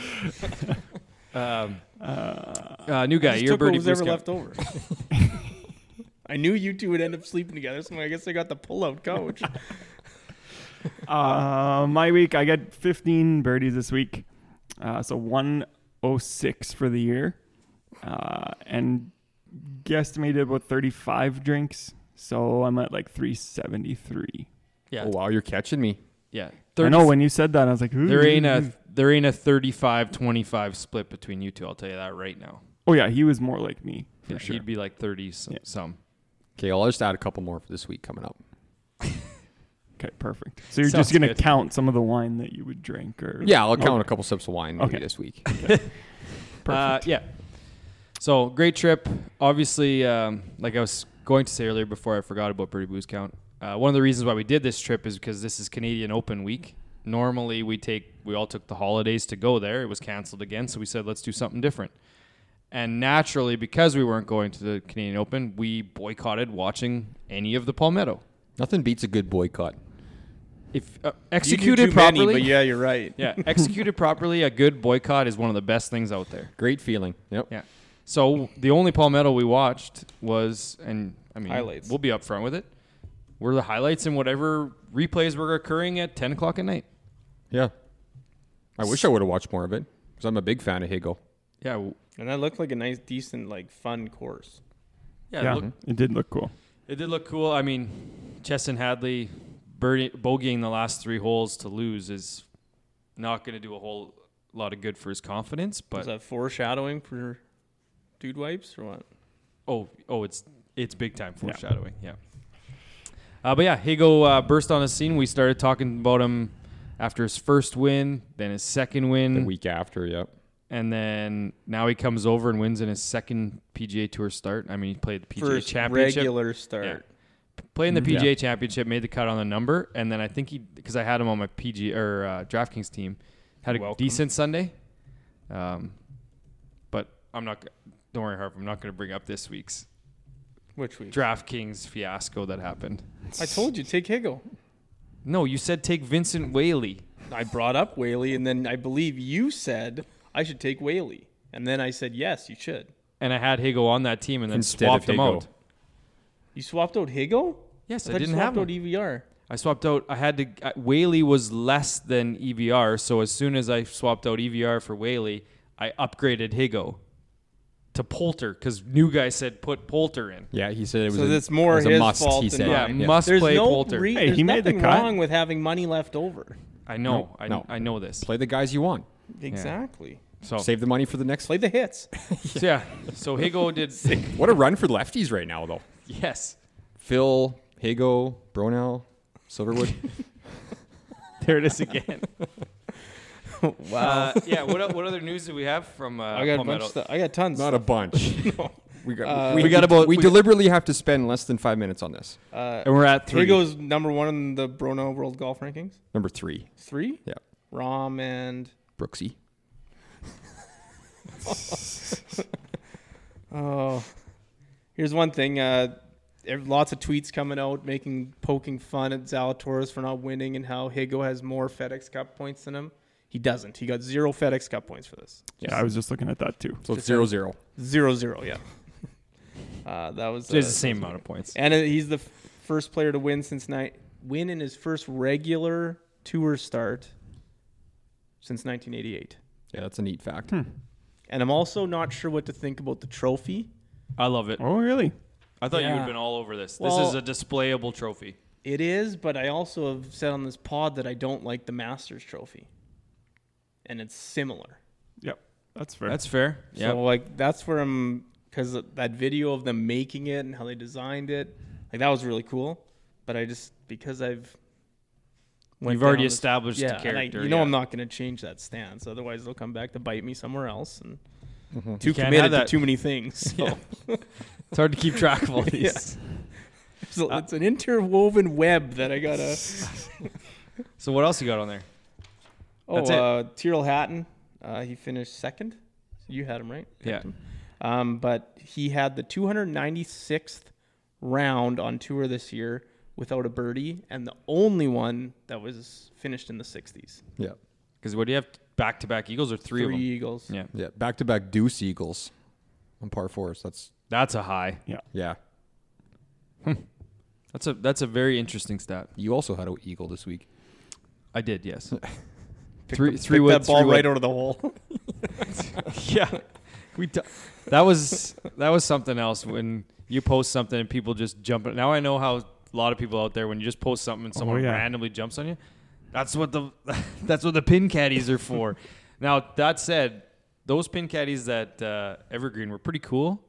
Um,
Uh,
uh, new guy,
just
you're
took what
birdie
was
Blue
ever
Scout.
left over. I knew you two would end up sleeping together, so I guess I got the pull-out coach.
Uh, my week, I got 15 birdies this week. Uh, so 106 for the year. Uh, and guesstimated about 35 drinks. So I'm at like 373.
Yeah,
Oh wow, you're catching me.
yeah.
I know when you said that, I was like, Ooh.
there ain't a there ain't a 35-25 split between you two. I'll tell you that right now.
Oh, yeah, he was more like me for
Yeah,
sure.
He'd be like thirty some.
Yeah.
some.
Okay, well, I'll just add a couple more for this week coming up.
Okay, perfect. So you're
Sounds
just gonna
good.
count some of the wine that you would drink, or Oh,
Yeah, I'll count
Okay.
a couple sips of wine maybe
Okay.
this week.
Uh,
Perfect.
yeah. So great trip. Obviously, um, like I was going to say earlier before I forgot about Birdie Blues Count. Uh, one of the reasons why we did this trip is because this is Canadian Open week. Normally, we take we all took the holidays to go there. It was canceled again, so we said let's do something different. And naturally, because we weren't going to the Canadian Open, we boycotted watching any of the Palmetto.
Nothing beats a good boycott.
If uh,
You do
executed
too many,
properly,
but yeah, you're right.
yeah, executed properly, a good boycott is one of the best things out there.
Great feeling. Yep.
Yeah. So the only Palmetto we watched was, and I mean,
Highlights.
We'll be upfront with it. Were the highlights and whatever replays were occurring at ten o'clock at night.
Yeah. I wish I would have watched more of it because I'm a big fan of Higgle.
Yeah. w-
And that looked like a nice, decent, like fun course.
Yeah. It,
Yeah,
looked,
it did look cool.
it did look cool. I mean, Chesson Hadley birdie, bogeying the last three holes to lose is not going to do a whole lot of good for his confidence.
Was
But
that foreshadowing for dude wipes or what?
oh, oh, it's it's big time foreshadowing. Yeah. Uh, but yeah, Higo uh, burst on the scene. We started talking about him after his first win, then his second win.
The week after, yep.
and then now he comes over and wins in his second PGA Tour start. I mean, he played the PGA
First
Championship,
regular start.
playing the
Mhm. Yeah.
PGA Championship, made the cut on the number, and then I think he because I had him on my PG or uh, DraftKings team, had a
Welcome.
decent Sunday. Um, but I'm not. g- Don't worry, Harv. I'm not going to bring up this week's
Which week?
DraftKings fiasco that happened.
I told you, take Higgle.
No, you said take Vincent Whaley.
I brought up Whaley, and then I believe you said I should take Whaley. And then I said, yes, you should.
And I had Higo on that team, and then
Instead of
swapped him
Higo.
out.
You swapped out Higgle?
Yes,
I
I,
thought you
didn't
swapped
have him.
out E EVR.
I swapped out. I had to. I, Whaley was less than EVR, so as soon as I swapped out EVR for Whaley, I upgraded Higo to Poulter because new guy said put Poulter in.
Yeah, he said it was
So
a,
that's more
it was
his
a must,
fault
he
than
said.
Yeah,
mine.
must
There's
play
no
Poulter.
re-
Hey,
there's
he made the
nothing
cut.
wrong with having money left over.
I know.
No,
I,
no.
I know this.
Play the guys you want.
Exactly.
So,
Save the money for the next.
Play the hits.
so yeah. So Higo did.
What a run for lefties right now, though.
yes.
Phil, Higo, Bronell, Silverwood.
There it is again.
wow.
uh, yeah. What, o- what other news do we have from uh,
I got a bunch
Palmetto?
of stuff. I got tons.
Not a bunch. We got,
Uh,
we,
We got about-
we,
we-
deliberately have to spend less than five minutes on this.
uh,
And we're at three.
Higgle's number one in the Bruno World Golf Rankings.
Number three,
Three?
Yeah.
Rom and
Brooksy.
Oh, here's one thing. Uh, there- lots of tweets coming out making poking fun at Zalatoris for not winning and how Higo has more FedEx Cup points than him. He doesn't. He got zero FedEx Cup points for this.
Yeah, I was just looking at that too.
So it's zero zero.
Zero zero. Yeah. Uh, that was.
There's
uh,
the same amount of points.
And uh, he's the f- first player to win since night win in his first regular tour start since 1988.
Yeah, that's a neat fact.
And I'm also not sure what to think about the trophy.
I love it.
Oh, really?
I thought you would
Yeah.
have been all over this. this
Well-
is a displayable trophy.
It is, but I also have said on this pod that I don't like the Masters trophy. And it's similar.
Yep, that's fair.
That's fair. Yeah.
So like that's where I'm cuz that video of them making it and how they designed it, like that was really cool, but I just because I've went
You've already
down this-
established the
yeah, and I-
character.
you know
yeah.
I'm not going to change that stance, otherwise it'll come back to bite me somewhere else. And too
You can't
committed
have
to
that.
too many things. So
It's hard to keep track of all these.
it's, a- it's an interwoven web that I gotta.
So what else you got on there?
Oh,
That's it.
uh, Tyrrell Hatton, uh, he finished second. You had him right.
Yeah.
Um, but he had the 296th round on tour this year without a birdie, and the only one that was finished in the 60s.
Yeah.
Because what do you have? Back to back Eagles or three,
Three,
of them?
eagles.
Yeah.
Yeah. Back to back deuce eagles on par fours. That's
That's a high.
yeah.
That's a that's a very interesting stat.
You also had an eagle this week.
I did, yes.
Picked
Three-
the-
three
picked
wood,
that ball
three wood.
right out of the hole.
yeah. We t- that was that was something else when you post something and people just jump. Now I know how a lot of people out there when you just post something and someone
yeah.
randomly jumps on you. That's what the that's what the pin caddies are for. now that said, those pin caddies that uh, Evergreen were pretty cool.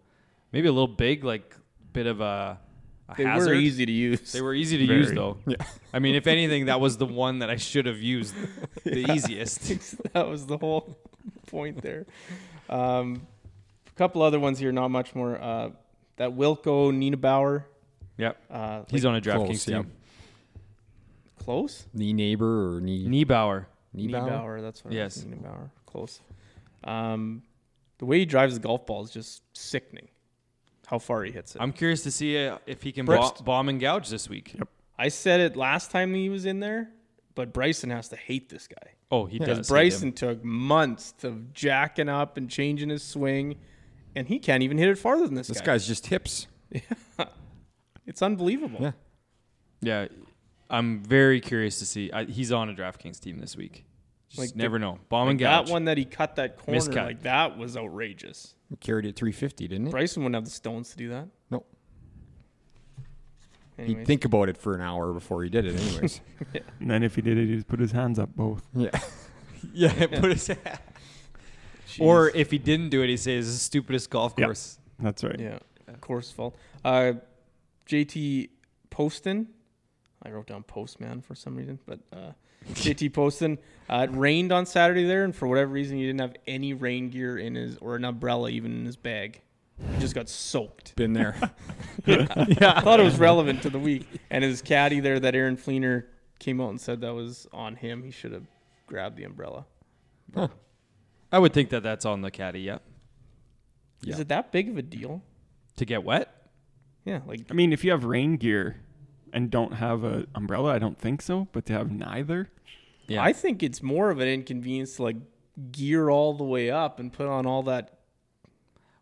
Maybe a little big, like bit of a, a
they
hazard.
were easy to use.
They were easy to
Very.
use though. Yeah. I mean, if anything, that was the one that I should have used the easiest.
that was the whole point there. Um, a couple other ones here, not much more. Uh, that Wilco Nina Bauer.
Yep.
Uh,
He's on a DraftKings
Close, yeah.
team.
close.
Knee neighbor or knee
Niebauer.
knee
Niebauer.
bower?
that's what
Yes.
yes. I was Niebauer. Close. Um, the way he drives the golf ball is just sickening. How far he hits it.
I'm curious to see uh, if he can bo-
Brooks-
bomb and gouge this week.
I said it last time he was in there, but Bryson has to hate this guy.
Oh, he does.
Because Bryson took months of jacking up and changing his swing, and he can't even hit it farther than this,
This
guy.
guy's just hips.
It's unbelievable.
Yeah.
Yeah, I'm very curious to see. I, he's on a DraftKings team this week. Just
Like the-
never know. Bomb and
That
gouge.
one that he cut that corner,
Miscut.
like that was outrageous.
He carried it 350, didn't it?
Bryson wouldn't have the stones to do that.
No.
Anyways,
He'd think about it for an hour before he did it, anyways.
And then if he did it, he just put his hands up both.
yeah.
yeah, put his
jeez.
Or if he didn't do it, he says "This is the stupidest golf
Yep.
course.
That's right.
yeah, course fault. Uh, JT Poston, I wrote down Postman for some reason, but uh, JT Poston. Uh, it rained on Saturday there, and for whatever reason, he didn't have any rain gear in his or an umbrella even in his bag. He just got soaked.
Been there.
yeah, I thought it was relevant to the week. And his caddy there, that Aaron Fleener, came out and said that was on him. He should have grabbed the umbrella.
I would think that that's on the caddy. Yeah,
Is
Yeah.
it that big of a deal?
to get wet.
Yeah, like
I mean, if you have rain gear and don't have an umbrella, I don't think so. But to have neither,
Yeah,
I think it's more of an inconvenience to like gear all the way up and put on all that.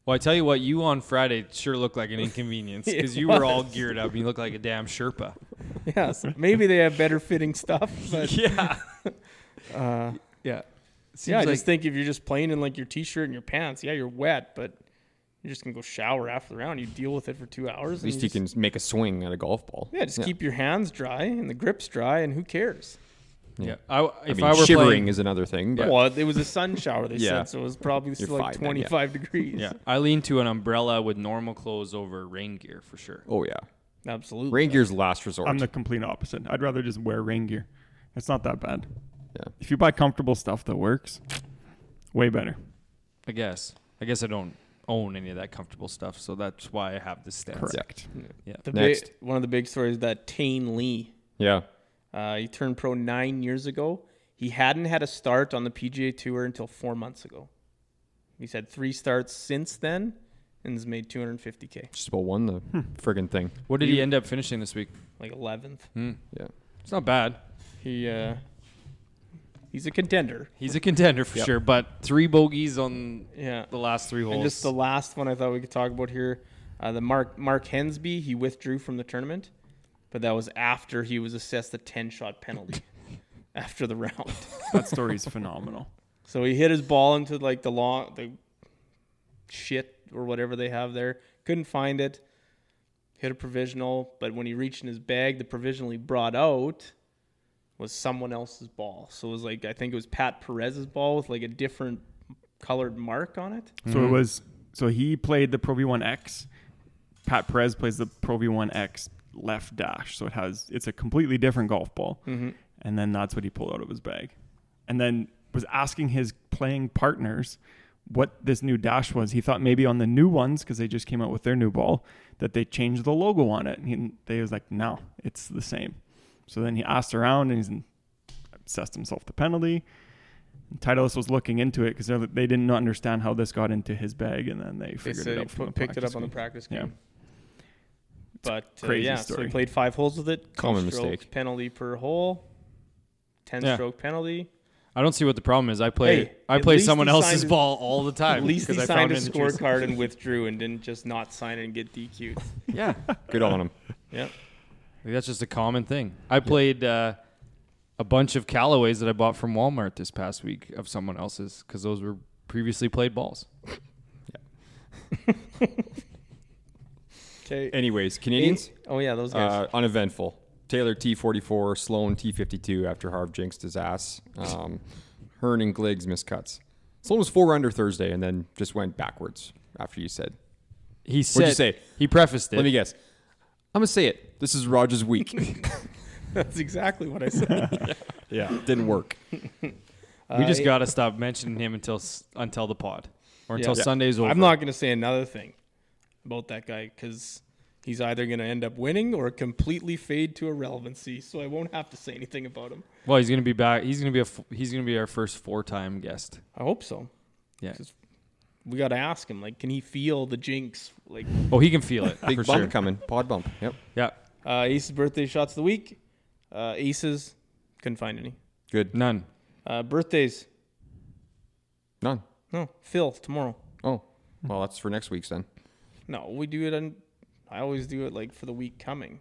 Well, I tell you what, you on Friday sure looked like an inconvenience
It
because you were all geared up. and You looked like a damn Sherpa.
Yes, maybe they have better fitting stuff, but
yeah,
uh,
yeah.
yeah, I just think if you're just playing in like your t-shirt and your pants, yeah, you're wet, but you're just gonna go shower after the round. You deal with it for two hours.
At least you can make a swing at a golf ball.
Yeah, just keep your hands dry and the grips dry, and who cares?
yeah. I, if
I
I,
mean,
were
shivering
playing,
is another thing, but
Well, it was a sun shower, they
Yeah.
said, so it was probably still like
fine then, yeah.
25 degrees.
yeah, I lean to an umbrella with normal clothes over rain gear for sure.
oh yeah.
Absolutely.
Rain gear's last resort.
I'm the complete opposite. I'd rather just wear rain gear. It's not that bad.
Yeah.
If you buy comfortable stuff that works, way better.
I guess. I guess I don't own any of that comfortable stuff, so that's why I have this stance.
Correct.
The
Next.
big- one of the big stories that Tane Lee,
yeah.
uh, he turned pro nine years ago. He hadn't had a start on the PGA Tour until four months ago. He's had three starts since then and has made 250K,
Just about won the friggin' thing.
What did he end up finishing this week?
like 11th.
Yeah.
It's not bad.
He, uh, he's a contender.
He's a contender for
Yep.
sure, but three bogeys on
Yeah.
the last three holes.
And just the last one I thought we could talk about here, uh, the Mark Mark Hensby, he withdrew from the tournament, but that was after he was assessed a ten shot penalty after the round.
That story is phenomenal.
So he hit his ball into like the long the shit or whatever they have there. Couldn't find it. Hit a provisional, but when he reached in his bag, the provisional he brought out was someone else's ball. So it was like I think it was Pat Perez's ball with like a different colored mark on it.
So it was. So he played the Pro V1X. Pat
Mm-hmm.
Perez plays the Pro V1X left dash. So it has. It's a completely different golf ball. and then that's what he pulled out of his bag, and then was asking his playing partners what this new dash was. He thought maybe on the new ones because they just came out with their new ball that they changed the logo on it, and he, they was like, no, it's the same. So then he asked around, and he's assessed himself the penalty. And Titleist was looking into it because they didn't understand how this got into his bag, and then they
They
figured
said
it
he
out. from
put-
the
picked it up
practice
on the
game.
practice
Yeah.
game. But uh,
crazy
yeah, so
story.
he played five holes with it.
Common
10 stroke
mistake.
penalty per hole. Ten
Yeah.
stroke penalty.
I don't see what the problem is. I play
Hey,
I
at
play
least
someone
he
else's
signed-
ball all the time.
At least he
'cause I
signed
found
a
it in the trees.
scorecard and withdrew, and didn't just not sign it and get DQ'd.
Yeah,
Good on him.
yep.
Like, that's just a common thing. I played uh, a bunch of Callaways that I bought from Walmart this past week of someone else's because those were previously played balls.
Okay.
Anyways, Canadians
Oh yeah, those guys.
uh, uneventful. Taylor T forty four, Sloan T fifty two after Harv jinxed his ass. Um, Hearn and Gliggs missed cuts. Sloan was four under Thursday and then just went backwards after you said.
He said.
What'd you say?
He prefaced it.
Let me guess. I'm gonna say it. This is Rogers' week.
That's exactly what I said.
yeah, didn't work.
we just gotta stop mentioning him until s- until the pod or until
Yeah.
Sunday's over.
I'm not going to say another thing about that guy because he's either going to end up winning or completely fade to irrelevancy. So I won't have to say anything about him.
Well, he's gonna be back. He's gonna be a. f- He's gonna be our first four time guest.
I hope so.
Yeah.
Just- We got to ask him. Like, can he feel the jinx? Like,
Oh, he can feel it
Big
for
bump
sure.
coming. Pod bump. Yep.
Yeah.
uh, Ace's birthday shots of the week. Uh, Aces couldn't find any.
Good.
None.
Uh, birthdays.
None.
No, Phil tomorrow.
Oh, well, that's for next week's then.
No, we do it. On, I always do it like for the week coming.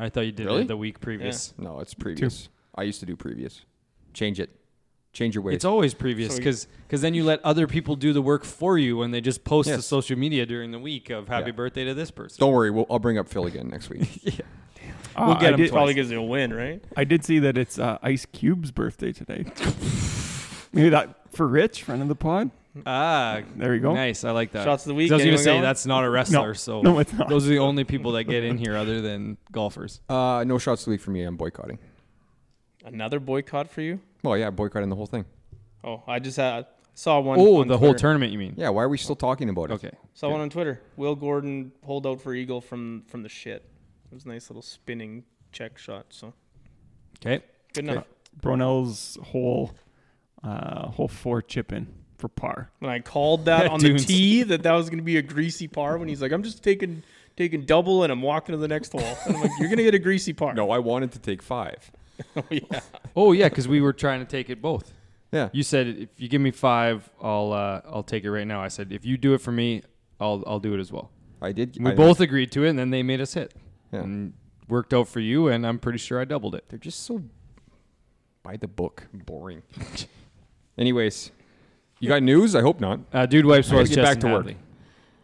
I thought you did
Really?
it the week previous.
No, it's previous. I used to do previous. Change it. Change your ways.
It's always previous
So we-
because then you let other people do the work for you when they just post to
Yes.
social media during the week of happy
Yeah.
birthday to this person.
Don't worry. We'll, I'll bring up Phil again next week.
Ah,
We'll get
I
him
did-
twice.
Oh, Probably because he'll win, right?
I did see that it's uh, Ice Cube's birthday today. Maybe that for Rich, friend of the pod.
Ah,
There you go.
nice. I like that.
Shots of the week.
I was going
Anyone
to
got
say
one?
that's not a wrestler, so
no, it's not.
those are the only people that get in here other than golfers.
uh, no shots of the week for me. I'm boycotting.
Another boycott for you?
Well, yeah, boycotting the whole thing.
Oh, I just had saw one.
Oh,
on
the whole
Twitter.
tournament, you mean?
Yeah, why are we still talking about it?
Okay.
Saw one on Twitter. Will Gordon pulled out for eagle from from the shit. It was a nice little spinning check shot. So
Okay.
good enough.
Brunel's whole, uh, whole four chip in for par.
When I called that
Yeah,
on the
dudes.
tee that that was going to be a greasy par, when he's like, "I'm just taking taking double and I'm walking to the next hole," and I'm like, "You're going to get a greasy par."
No, I wanted to take five.
Oh, yeah.
Oh yeah, because we were trying to take it both.
Yeah.
You said if you give me five, I'll uh, I'll take it right now. I said if you do it for me, I'll I'll do it as well.
I did.
We
I-
both agreed to it, and then they made us hit.
Yeah.
And worked out for you, and I'm pretty sure I doubled it.
They're just so by the book, boring. Anyways, you got news? I hope not.
Uh, dude wipes
I gotta
was
get back to work.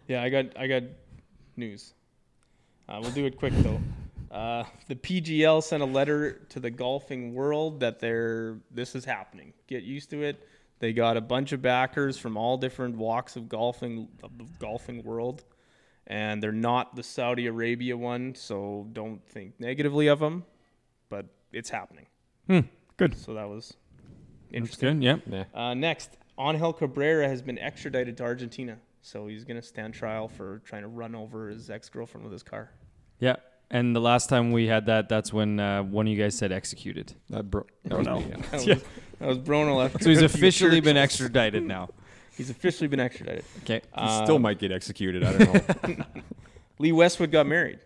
Yeah, I got I got news. Uh, we'll do it quick though. Uh, the PGL sent a letter to the golfing world that they're this is happening. Get used to it. They got a bunch of backers from all different walks of golfing of the golfing world, and they're not the Saudi Arabia one, so don't think negatively of them. But it's happening.
Good.
So that was
It's
interesting.
good. Yeah.
Yeah.
Uh, next, Angel Cabrera has been extradited to Argentina, so he's going to stand trial for trying to run over his ex-girlfriend with his car.
Yeah. And the last time we had that, that's when uh, one of you guys said executed.
That bro- that was
Brunel.
me, yeah.
That was, that was Bronel after.
So he's
a few
officially
church-
been extradited now.
He's officially been extradited.
Okay.
He still might get executed. I don't know.
Lee Westwood got married.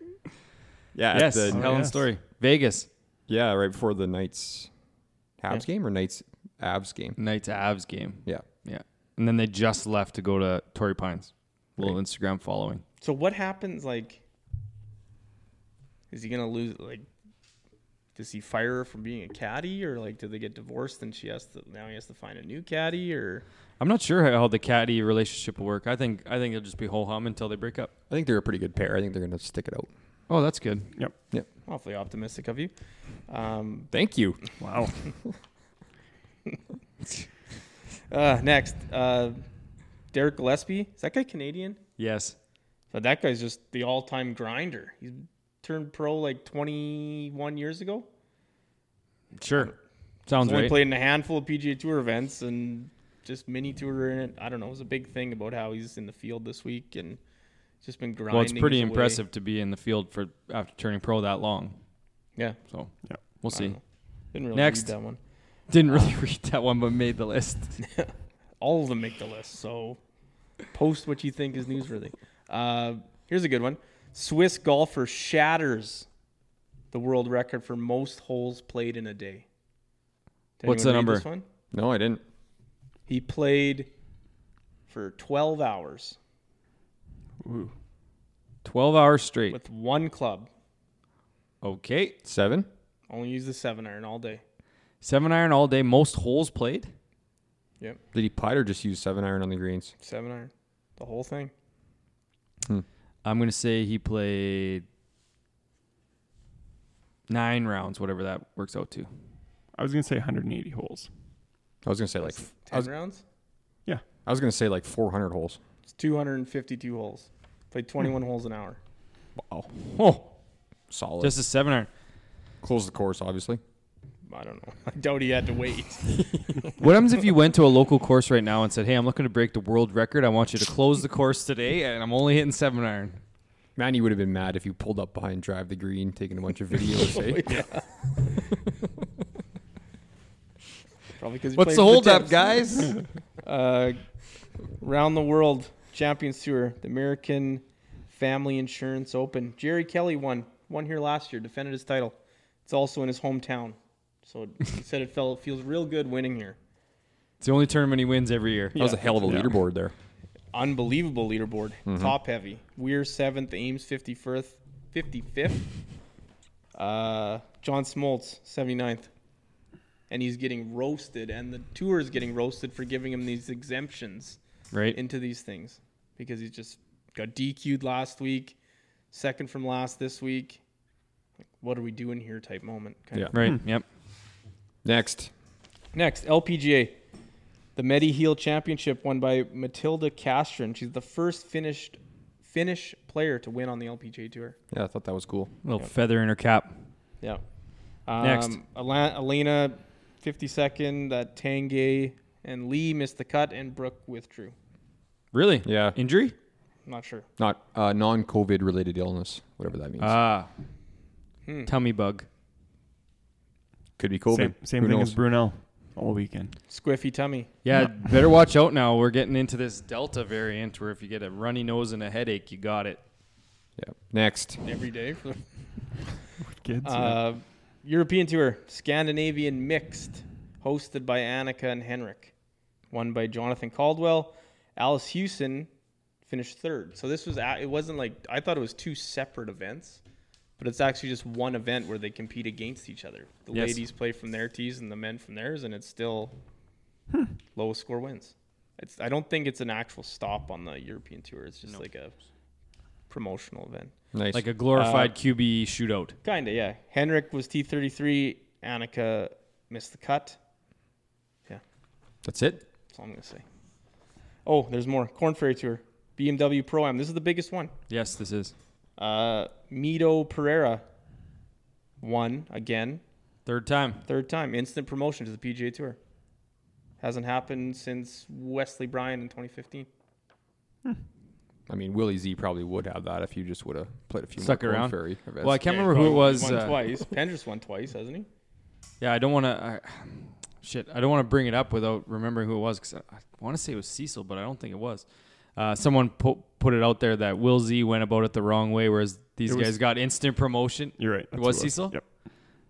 yeah. at
yes.
the-
Helen
yes.
story. Vegas.
Yeah, right before the Knights Habs game or Knights Abs game.
Knights Avs game.
Yeah.
Yeah. And then they just left to go to Torrey Pines. Little
Right.
Instagram following.
So what happens? Like, is he going to lose? Like, does he fire her from being a caddy, or like, do they get divorced and she has to now he has to find a new caddy, or
I'm not sure how the caddy relationship will work. I think I think it'll just be whole hum until they break up.
I think they're a pretty good pair. I think they're going to stick it out.
Oh, that's good.
Yep.
awfully optimistic of you. Um,
Thank you.
Wow.
Uh, next, uh, Derek Gillespie. Is that guy Canadian?
Yes.
But that guy's just the all-time grinder. He turned pro like 21 years ago.
Sure. Sounds
only
right.
played in a handful of PGA Tour events and just mini tour in it. I don't know. It was a big thing about how he's in the field this week and just been grinding.
well, it's pretty
his way.
impressive to be in the field for after turning pro that long.
Yeah.
So
Yeah.
we'll
I
see.
don't know. Didn't really
Next.
read that one.
Didn't really read that one, but made the list.
All of them make the list. So post what you think is newsworthy. Uh, here's a good one. Swiss golfer shatters the world record for most holes played in a day. Did
What's
anyone
the number?
read This one?
No, I didn't.
He played for 12 hours
Ooh.
Twelve hours straight.
with one club.
Okay.
Seven.
Only used the seven iron all day.
Seven iron all day. Most holes played.
Yep,
Did he putt or just use seven iron on the greens?
seven iron, the whole thing.
I'm gonna say he played nine rounds, whatever that works out to.
I was gonna say 180 holes.
I was gonna say like
That's
I
ten
was,
rounds.
I was gonna say like 400 holes.
It's 252 holes. Played 21
Hmm.
holes an hour.
Wow,
Oh,
solid.
just a seven iron.
close the course, obviously.
I don't know. I doubt he had to wait.
What happens if you went to a local course right now and said, "Hey, I'm looking to break the world record. I want you to close the course today, and I'm only hitting seven iron."
Manny would have been mad if you pulled up behind drive the green, taking a bunch of videos. eh?
Probably because
What's the holdup, guys?
Uh, round the world champions tour, the American Family Insurance Open. Jerry Kelly won. Won here last year. Defended his title. It's also in his hometown, so he said it felt feels real good winning here.
It's the only tournament he wins every year.
That was a hell of a leaderboard there.
unbelievable leaderboard, top heavy. Weir seventh, Ames fifty first, fifty fifth. Uh, John Smoltz 79th. and he's getting roasted, and the tour is getting roasted for giving him these exemptions
Right?
into these things because he just got DQ'd last week, second from last this week. Like, what are we doing here? Type moment. Kind
Yeah.
Of.
right. Yep.
Next,
Next, LPGA. The MediHeal Championship won by Matilda Castron. She's the first finished Finnish player to win on the LPGA Tour.
yeah, I thought that was cool.
little feather in her cap.
Yeah. Um,
Next.
Ala- Elena, 52nd, uh, Tangay, and Lee missed the cut, and Brooke withdrew.
Really?
Yeah,
Injury?
I'm not sure.
not uh, non-COVID related illness, whatever that means.
Ah.
Hmm.
Tummy bug.
Could be COVID.
Same, same
Who
thing
knows?
as Brunel all weekend.
Squiffy tummy.
Yeah, better watch out now. We're getting into this Delta variant where if you get a runny nose and a headache, you got it.
yeah. Next,
Every day. For the-
Kids. yeah.
uh, European Tour, Scandinavian Mixed, hosted by Annika and Henrik. Won by Jonathan Caldwell. Alice Hewson finished third. So this was, a- it wasn't like, I thought it was two separate events, but it's actually just one event where they compete against each other. The
Yes.
ladies play from their tees and the men from theirs, and it's still lowest score wins. It's, I don't think it's an actual stop on the European Tour. It's just like a promotional event.
nice.
Like a glorified QB shootout.
Kinda, yeah. Henrik was T thirty three. Annika missed the cut.
That's it.
That's all I'm gonna say. Oh, there's more. Corn Ferry Tour, BMW Pro Am. This is the biggest one.
Yes, this is.
Uh, Mito Pereira won again,
Third time.
third time. Instant promotion to the PGA Tour. Hasn't happened since Wesley Bryan in 2015.
I mean, Willie Z probably would have that if you just would have played a few
Stuck
more Corn
around.
Ferry events.
Well, I can't remember who it was.
Won
uh,
twice. Pendrith won twice, hasn't he?
Yeah, I don't want to. Shit, I don't want to bring it up without remembering who it was because I, I want to say it was Cecil, but I don't think it was. Uh, someone put put it out there that Will Z went about it the wrong way, whereas these
It was-
guys got instant promotion.
You're right. that's
was
who
Cecil?
Yep.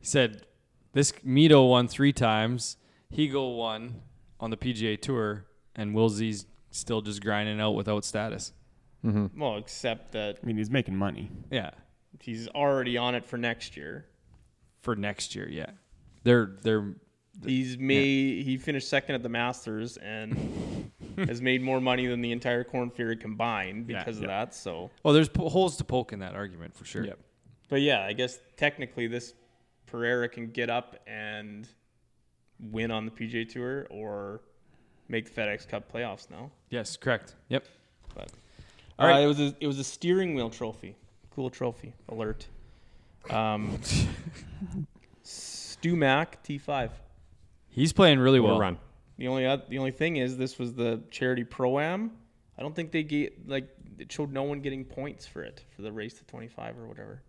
He said this Mito won three times, Higo won on the PGA Tour, and Will Z's still just grinding out without status.
Well, except that
I mean, he's making money.
Yeah,
he's already on it for next year.
for next year. Yeah, they're they're
He's made he finished second at the Masters and has made more money than the entire Corn Fury combined
Yeah.
because of that. So,
well, oh, there's po- holes to poke in that argument for sure.
Yep.
but yeah, I guess technically this Pereira can get up and win on the PJ Tour or make the FedEx Cup playoffs now.
Yes, correct. Yep.
But
All
all
right.
right, it was a, it was a steering wheel trophy, cool trophy alert. Um, Stu Mack T5.
He's playing really
What a
well.
run.
The only oth- the only thing is this was the charity pro am. I don't think they get like it showed no one getting points for it for the race to 25 or whatever.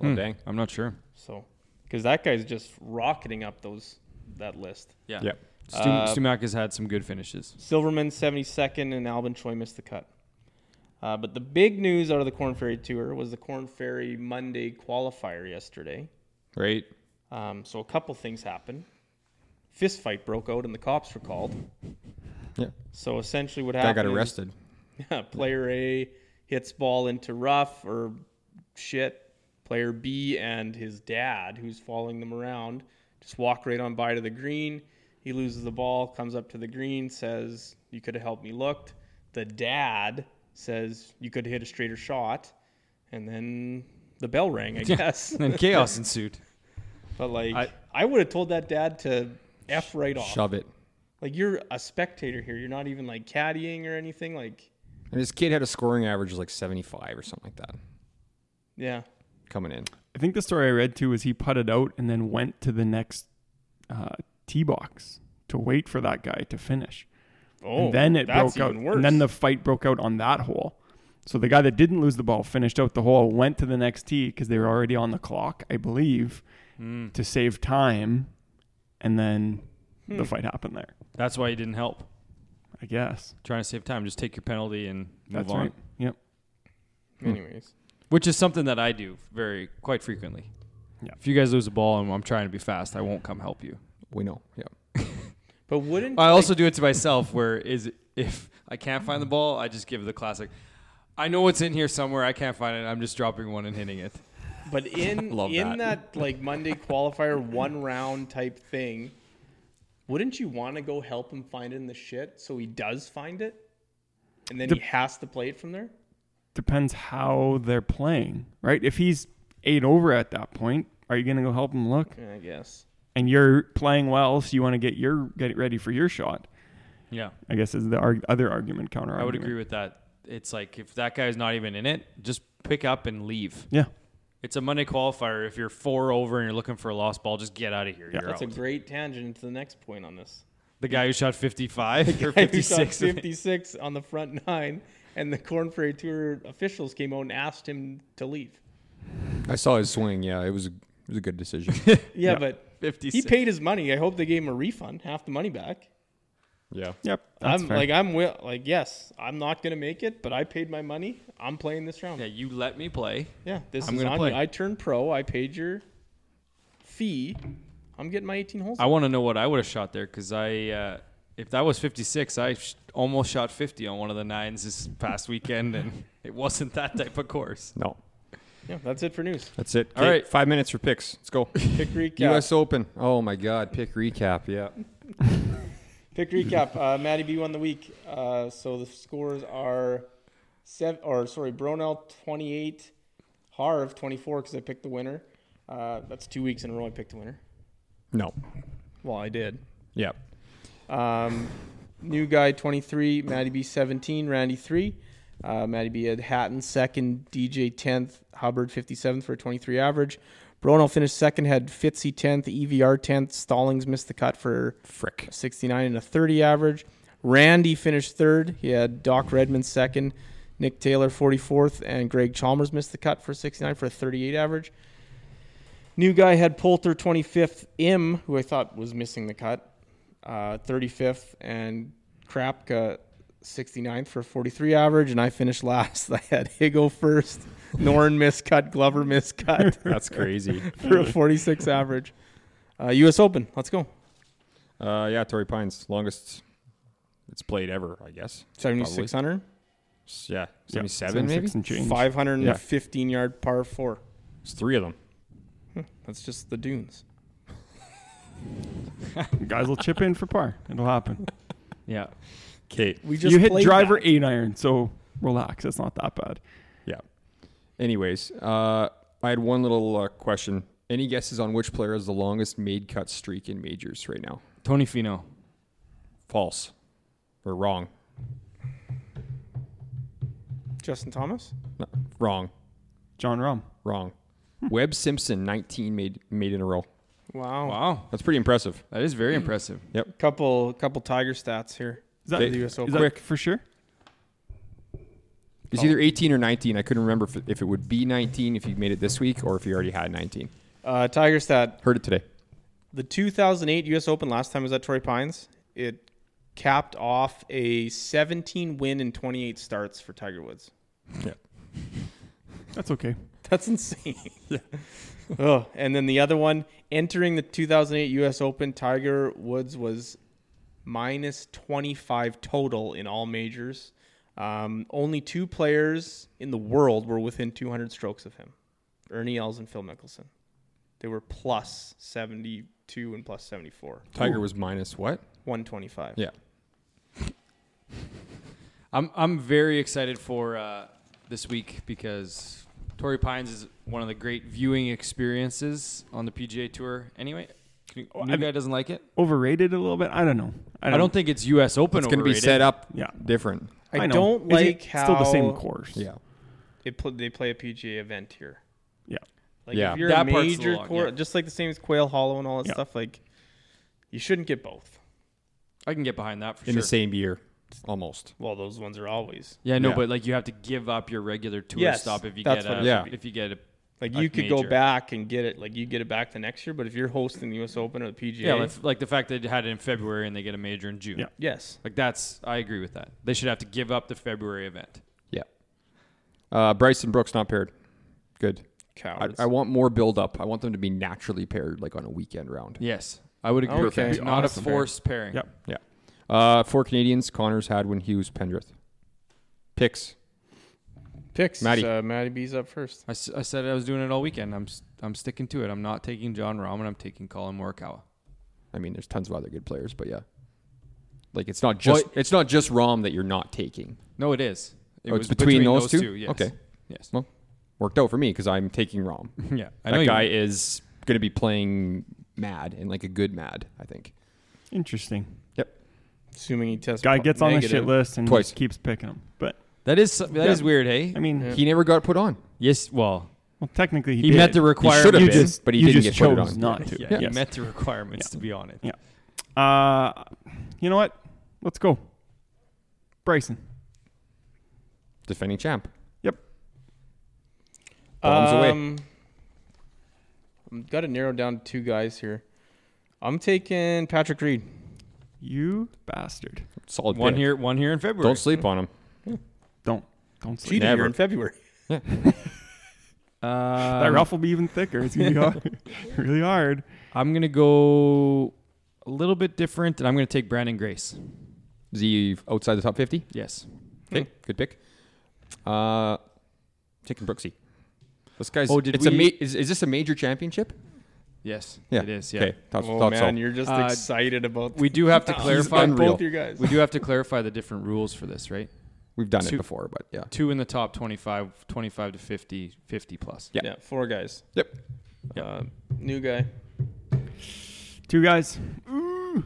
Oh,
Hmm,
dang.
I'm not sure.
So because that guy's just rocketing up those that list.
Yeah.
Stu,
Uh,
Stumac has had some good finishes.
Silverman 72nd and Alvin Choi missed the cut. Uh, but the big news out of the Corn Ferry Tour was the Corn Ferry Monday qualifier yesterday.
Right.
Um, so a couple things happened. Fist fight broke out and the cops were called.
Yeah.
So essentially, what
Guy
happened?
got
is-
arrested.
Yeah, player A hits ball into rough or shit. Player B and his dad, who's following them around, just walk right on by to the green. He loses the ball, comes up to the green, says, You could have helped me looked. The dad says, You could have hit a straighter shot. And then the bell rang, I guess.
And chaos ensued.
but like, I,
I-
would have told that dad to F right off.
Shove it.
Like, you're a spectator here. You're not even like caddying or anything. Like,
And his kid had a scoring average of like 75 or something like that
yeah.
coming in.
I think the story I read too was he putted out and then went to the next uh, tee box to wait for that guy to finish.
Oh,
and then it
that's
broke out.
even worse.
And then the fight broke out on that hole. So the guy that didn't lose the ball finished out the hole, went to the next tee because they were already on the clock, I believe, to save time. And then the fight happened there,
That's why he didn't help.
I guess.
Trying to save time, just take your penalty and move
That's
on.
right. Yep.
Anyways,
Which is something that I do very quite frequently.
Yeah.
If you guys lose a ball and I'm trying to be fast, I won't come help you.
We know. Yeah.
but wouldn't
I also do it to myself where is if I can't find the ball, I just give the classic. I know it's in here somewhere. I can't find it. I'm just dropping one and hitting it.
but in
Love
in
that.
that. like Monday qualifier one round type thing, wouldn't you want to go help him find it in the shit so he does find it, and then
The-
he has to play it from there?
Depends how they're playing, right? If he's eight over at that point, are you going to go help him look?
I guess.
And you're playing well, so you want to get your get ready for your shot.
Yeah.
I guess is the arg- other argument counter.
I would
argument.
agree with that. It's like if that guy's not even in it, just pick up and leave.
Yeah,
It's a Monday qualifier. If you're four over and you're looking for a lost ball, just get out of here.
Yeah.
you're
That's a
out.
great tangent into the next point on this.
the guy who shot 55 or
He shot
56.
56 on the front nine, and the Corn Ferry Tour officials came out and asked him to leave.
I saw his swing. Yeah. It was a, it was a good decision.
Yeah, but
56.
he paid his money. I hope they gave him a refund, half the money back.
yeah.
yep.
I'm like I'm wi- like yes, I'm not gonna make it, but I paid my money. I'm playing this round.
Yeah,
Yeah,
you let me play.
this
I'm
is
gonna
on
play.
you. I turned pro. I paid your fee. I'm getting my 18 holes.
I want to know what I would have shot there because I, uh, if that was 56, I sh- almost shot 50 on one of the nines this past weekend, and it wasn't that type of course.
No.
yeah, that's it for news.
That's it.
All
All right.
right.
Five minutes for picks. Let's go.
Pick recap.
U.S. Open. Oh, my God. Pick recap. Yeah.
Pick recap. Uh, Maddie B won the week. Uh, so the scores are seven, or sorry, Bronell 28, Harv 24 because I picked the winner. Uh, that's two weeks in a row I picked the winner.
No.
Well, I did.
Yeah.
Um, new guy 23, Matty B 17, Randy 3. Uh, Matty B had Hatton second, DJ 10th, Hubbard 57th for a 23 average. Bronell finished second, had Fitzy E 10th, EVR 10th. Stallings missed the cut for
Frick.
a 69 and a 30 average. Randy finished third. He had Doc Redmond second, Nick Taylor 44th, and Greg Chalmers missed the cut for 69 for a 38 average. New guy had Poulter 25th, Im, who I thought was missing the cut, uh, 35th, and Krapka 69th for a 43 average, and I finished last. I had Higo first, Noren missed cut, Glover missed cut
That's crazy.
for a 46 average. Uh, U.S. Open, let's go.
Uh, yeah, Torrey Pines, longest it's played ever, I guess.
7,600.
S- Yeah,
Yeah,
seventy-seven maybe.
76 and change.
515 yard par four.
It's three of them.
That's just the dunes.
Guys will chip in for par. It'll happen.
Yeah.
Okay.
We
you hit driver eight iron, so relax. It's not that bad.
Yeah. Anyways, uh, I had one little uh, question. Any guesses on which player has the longest made cut streak in majors right now?
Tony Fino.
False or wrong?
Justin Thomas.
No, wrong.
John Rom.
Hmm. Wrong. Webb Simpson, nineteen made made in a row.
Wow.
Wow,
That's pretty impressive.
that is
Mm.
very impressive.
Couple couple Tiger stats here.
Is that,
They-
is
the US Open.
that
Quick.
for sure?
It's either 18 or 19. I couldn't remember if it, if it would be 19 if he made it this week or if he already had 19.
Uh, Tiger stat
Heard it today.
The 2008 U.S. Open last time was at Torrey Pines. It capped off a 17 win and 28 starts for Tiger Woods.
That's okay.
That's insane. oh, and then the other one, entering the 2008 U.S. Open, Tiger Woods was minus 25 total in all majors. Um, only two players in the world were within 200 strokes of him Ernie Els and Phil Mickelson. They were plus 72 and plus 74.
Tiger was minus what?
125.
Yeah.
I'm I'm very excited for uh, this week because Torrey Pines is one of the great viewing experiences on the PGA Tour. Anyway, Can you-
Oh,
new
I-
guy doesn't like it.
Overrated a little bit. I don't know. I
I
don't.
don't, think it's U.S. Open.
It's going to be
overrated.
set up
Yeah.
different.
I,
know.
don't
Is it-
like
it's
how
still the same course.
Yeah.
It pl- they play a PGA event here.
Yeah.
Like
Yeah.
if you're
That
a
part's
major
long,
course,
yeah.
just like the same as Quail Hollow and all that
Yeah.
stuff, like you shouldn't get both.
I can get behind that for
In
sure.
the same year, almost.
Well, those ones are always
yeah, no,
Yeah.
but like you have to give up your regular tour
Yes,
stop if you
that's
get
what
a,
it should be.
if you get a
like
Like
you could go
major.
back and get it. Like you get it back the next year, but if you're hosting the U.S. Open or the PGA,
yeah, like, like the fact that they had it in February and they get a major in June.
Yeah.
yes,
Like that's I agree with that. They should have to give up the February event.
Yeah. Uh, Bryson Brooks not paired. Good.
Oh,
I,
cowards.
I want more build up. I want them to be naturally paired, like on a weekend round.
Yes, I would agree. with
Okay.
that. Not a
Awesome.
forced pairing.
Yep.
Yeah. Uh, four Canadians: Connors, Hadwin, Hughes, Pendrith. Picks.
Picks,
Matty.
Uh, Matty B's up first.
I, s- I said I was doing it all weekend. I'm s- I'm sticking to it. I'm not taking John Rahm and I'm taking Colin Morikawa.
I mean, there's tons of other good players, but yeah, like it's not just
Well,
it's not just Rom that you're not taking.
No, it is. It
Oh, it's between those two?
yes.
Okay.
Yes.
Well, worked out for me because I'm taking Rom.
yeah. I know
that
you-
guy is going to be playing mad and like a good mad. I think.
Interesting.
Assuming he tests.
Guy
po-
gets on the shit
negative.
list and
Twice.
just keeps picking him. But
That is that is
Yeah.
weird. Hey.
I mean,
Yeah.
He never got put on.
yes. Well,
well, technically
he,
he,
met
did.
the
He should
requirements.
have
You
been,
just-
but he
you
didn't
just
get put
chose
on.
not to.
Yeah,
Yeah.
He
Yes.
met the requirements to be on it.
Yeah. Uh, you know what? Let's go. Bryson.
Defending champ.
Yep.
Bombs away.
um, I've got to narrow down to two guys here. I'm taking Patrick Reed.
You bastard.
Solid
One
pick.
here, one here in February.
Don't sleep on him.
Don't. Don't sleep.
Cheated
Never.
here in February.
Uh,
That
Um,
rough will be even thicker. It's gonna be hard. really hard.
I'm gonna go a little bit different, and I'm gonna take Brandon Grace.
Is he outside the top 50?
Yes.
Okay, good pick. Uh, taking Brooksy. This guy's.
Oh, did
it's a
we-
ma- is, is this a major championship?
Yes.
Yeah.
It is. Yeah.
Okay, thought,
Oh
thought
man,
so.
you're just
Uh,
excited about.
We do have to
He's
clarify
got
unreal.
both your guys.
We do have to clarify the different rules for this, right?
We've done
Two-
it before, but yeah.
Two in the top 25, 25 to 50, 50 plus.
Yeah.
Yeah, four guys.
Yep.
Uh, new guy.
Two guys. Ooh.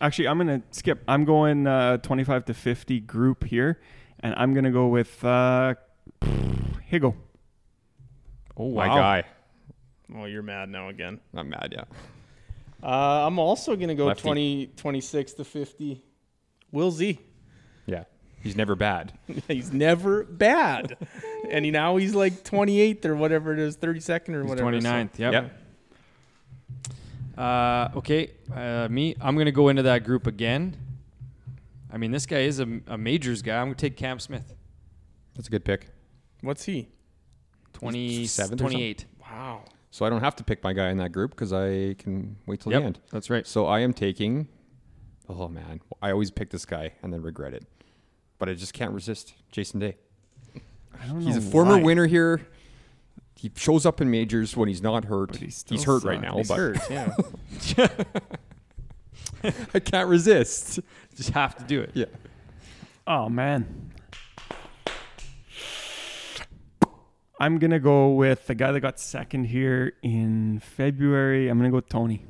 Actually, I'm gonna skip. I'm going uh, 25 to 50 group here, and I'm gonna go with uh, Higgle.
Oh
My guy.
Oh, you're mad now again.
I'm mad. Yeah.
Uh, I'm also going to go
Lefty.
20, 26 to 50. Will Z.
Yeah. He's never bad.
he's never bad. and he, now he's like 28th or whatever it is, 32nd or
He's
whatever.
29th. Yep.
Yep.
Uh, okay, uh, me. I'm gonna go into that group again. I mean, this guy is a, a majors guy. I'm gonna take Cam Smith,
That's a good pick.
So- What's he?
20,
seventh or
28.
Wow.
So I don't have to pick my guy in that group because I can wait till
Yep,
the end.
that's right.
So I am taking. Oh man, I always pick this guy and then regret it, but I just can't resist Jason Day.
I don't
He's a
Oh,
know
former
why.
winner here. He shows up in majors when he's not hurt.
But he
he's
still
hurt right
sucks.
now,
He's
Hurt,
but
yeah.
I can't resist.
Just have to do it.
Yeah.
Oh man. I'm gonna go with the guy that got second here in February. I'm gonna go with Tony.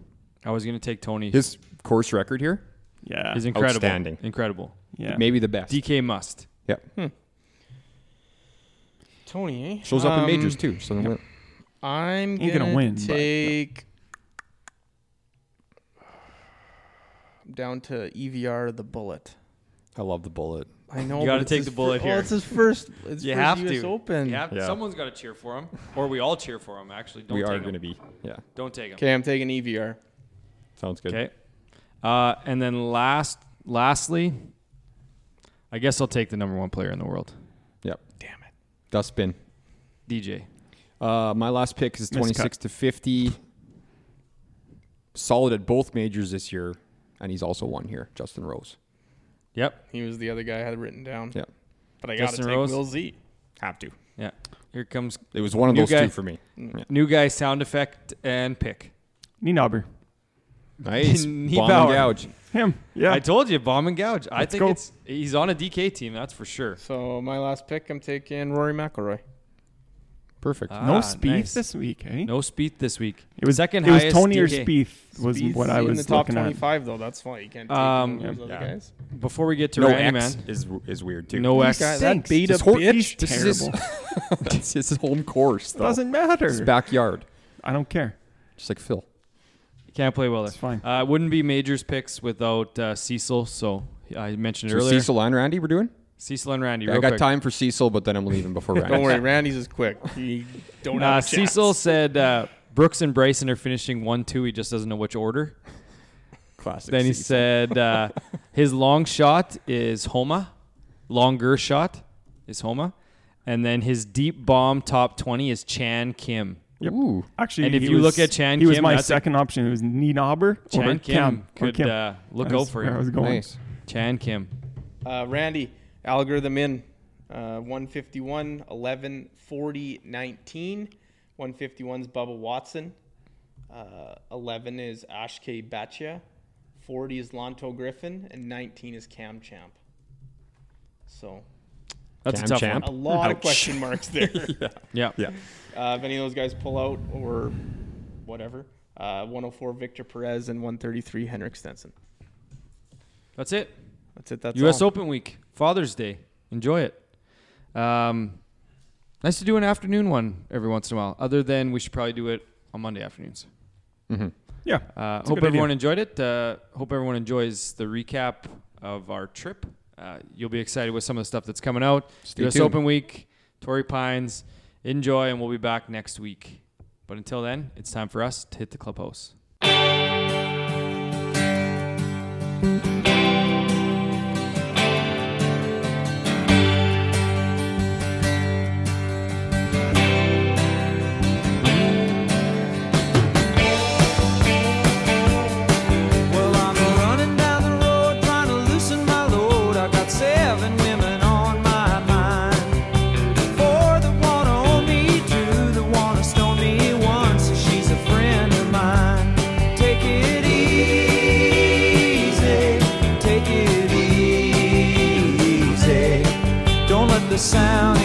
I was gonna take Tony. His
His course record here,
Yeah.
is incredible.
Outstanding.
Incredible.
yeah.
maybe the best.
DK must.
Yep.
Tony, eh?
Shows up in majors
Um,
too. So then what-
I'm
Ain't
going
gonna
to
win, but-
take down to EVR the bullet.
I love the bullet.
I know.
You gotta
but it's
take
his
the bullet
fir-
here.
Well, it's his first. It's
You
first
have
US
to.
Open.
You have-
Yeah.
Someone's got to cheer for him, or we all cheer for him. Actually, don't
we
take
are
him.
going to be. Yeah,
Don't take him.
Okay, I'm taking E EVR.
sounds good.
Okay. Uh, and then last, lastly, I guess I'll take the number one player in the world,
Yep.
Damn it.
Dustbin.
DJ.
Uh, my last pick is
Miscut.
26 to 50. Solid at both majors this year, and he's also won here. Justin Rose.
Yep.
He was the other guy I had written down.
Yep.
But I gotta
Justin
take
Rose?
Will Z.
Have to.
Yeah. Here comes
It was one of
New
those
guy.
two for me.
new guy sound effect and pick.
Ninobber.
Nice.
Knee
Bomb
power.
and gouge.
Him. Yeah.
I told you, bomb and gouge. I
Let's
think
go.
it's he's on a DK team, that's for sure.
So my last pick, I'm taking Rory McIlroy.
Perfect.
Ah,
no Spieth
nice.
this week, eh?
No Speed this week.
It was
second
It was
highest
Tony or
DK.
Spieth was
Speed's
what I
in
was
the top
looking at.
25 though. That's why you can't take
Um,
any of those
Yeah.
other guys.
Before we get to
no
Randy,
X
man.
is is weird too.
No X.
Guy,
stinks.
that beta
This Hor-
bitch.
He's
This is-
terrible.
it's his home course. Though.
Doesn't matter.
His backyard.
I don't care.
Just like Phil.
Can't play well there.
It's fine.
Uh, it wouldn't be majors picks without uh, Cecil. So I mentioned
So
earlier, Cecil.
Cecil and Randy, we're doing.
and Randy.
Yeah, I
real
got
quick.
time for Cecil, but then I'm leaving before Randy.
Don't worry, Randy's is quick. You don't
Uh,
have a chance.
Cecil said uh, Brooks and Bryson are finishing one two. He just doesn't know which order.
Classic.
Then he
Cecil.
said uh, his long shot is Homa, longer shot is Homa, and then his deep bomb top twenty is Chan Kim.
Yep.
Ooh.
Actually,
And if
he
you
was-
look at Chan
he was
Kim,
my
that's a-
second option. It was Ninobber
Chan Kim
or Cam or
could
Kim.
Uh, look
That
out
was
for
where I
him.
was going.
Nice.
Chan Kim.
Uh, Randy, algorithm in uh, 151, 11, 40, 19. 151's Bubba Watson. Uh, 11 is Ashke Batia. 40 is Lonto Griffin. And 19 is Cam Champ. So
That's
Cam
a tough
Champ.
a
one.
lot of
Ouch.
question marks there.
Yeah.
Yeah.
uh, if any of those guys pull out or whatever. Uh, 104 Victor Perez and 133 Henrik Stenson.
That's it.
That's it. That's
U.S.
all.
Open week, Father's Day. Enjoy it. Um, nice to do an afternoon one every once in a while. Other than we should probably do it on Monday afternoons.
Yeah.
Uh,
It's a
hope
good idea.
everyone enjoyed it. Uh, hope everyone enjoys the recap of our trip. Uh, you'll be excited with some of the stuff that's coming out.
Stay
U.S.
tuned.
Open week, Torrey Pines. Enjoy, and we'll be back next week. But until then, it's time for us to hit the clubhouse.
Well, I'm running down the road trying to loosen my load. I got seven women on my mind. Four that wanna own me, two that wanna stone me once, and she's a friend of mine. Take it easy, take it easy. Don't let the sound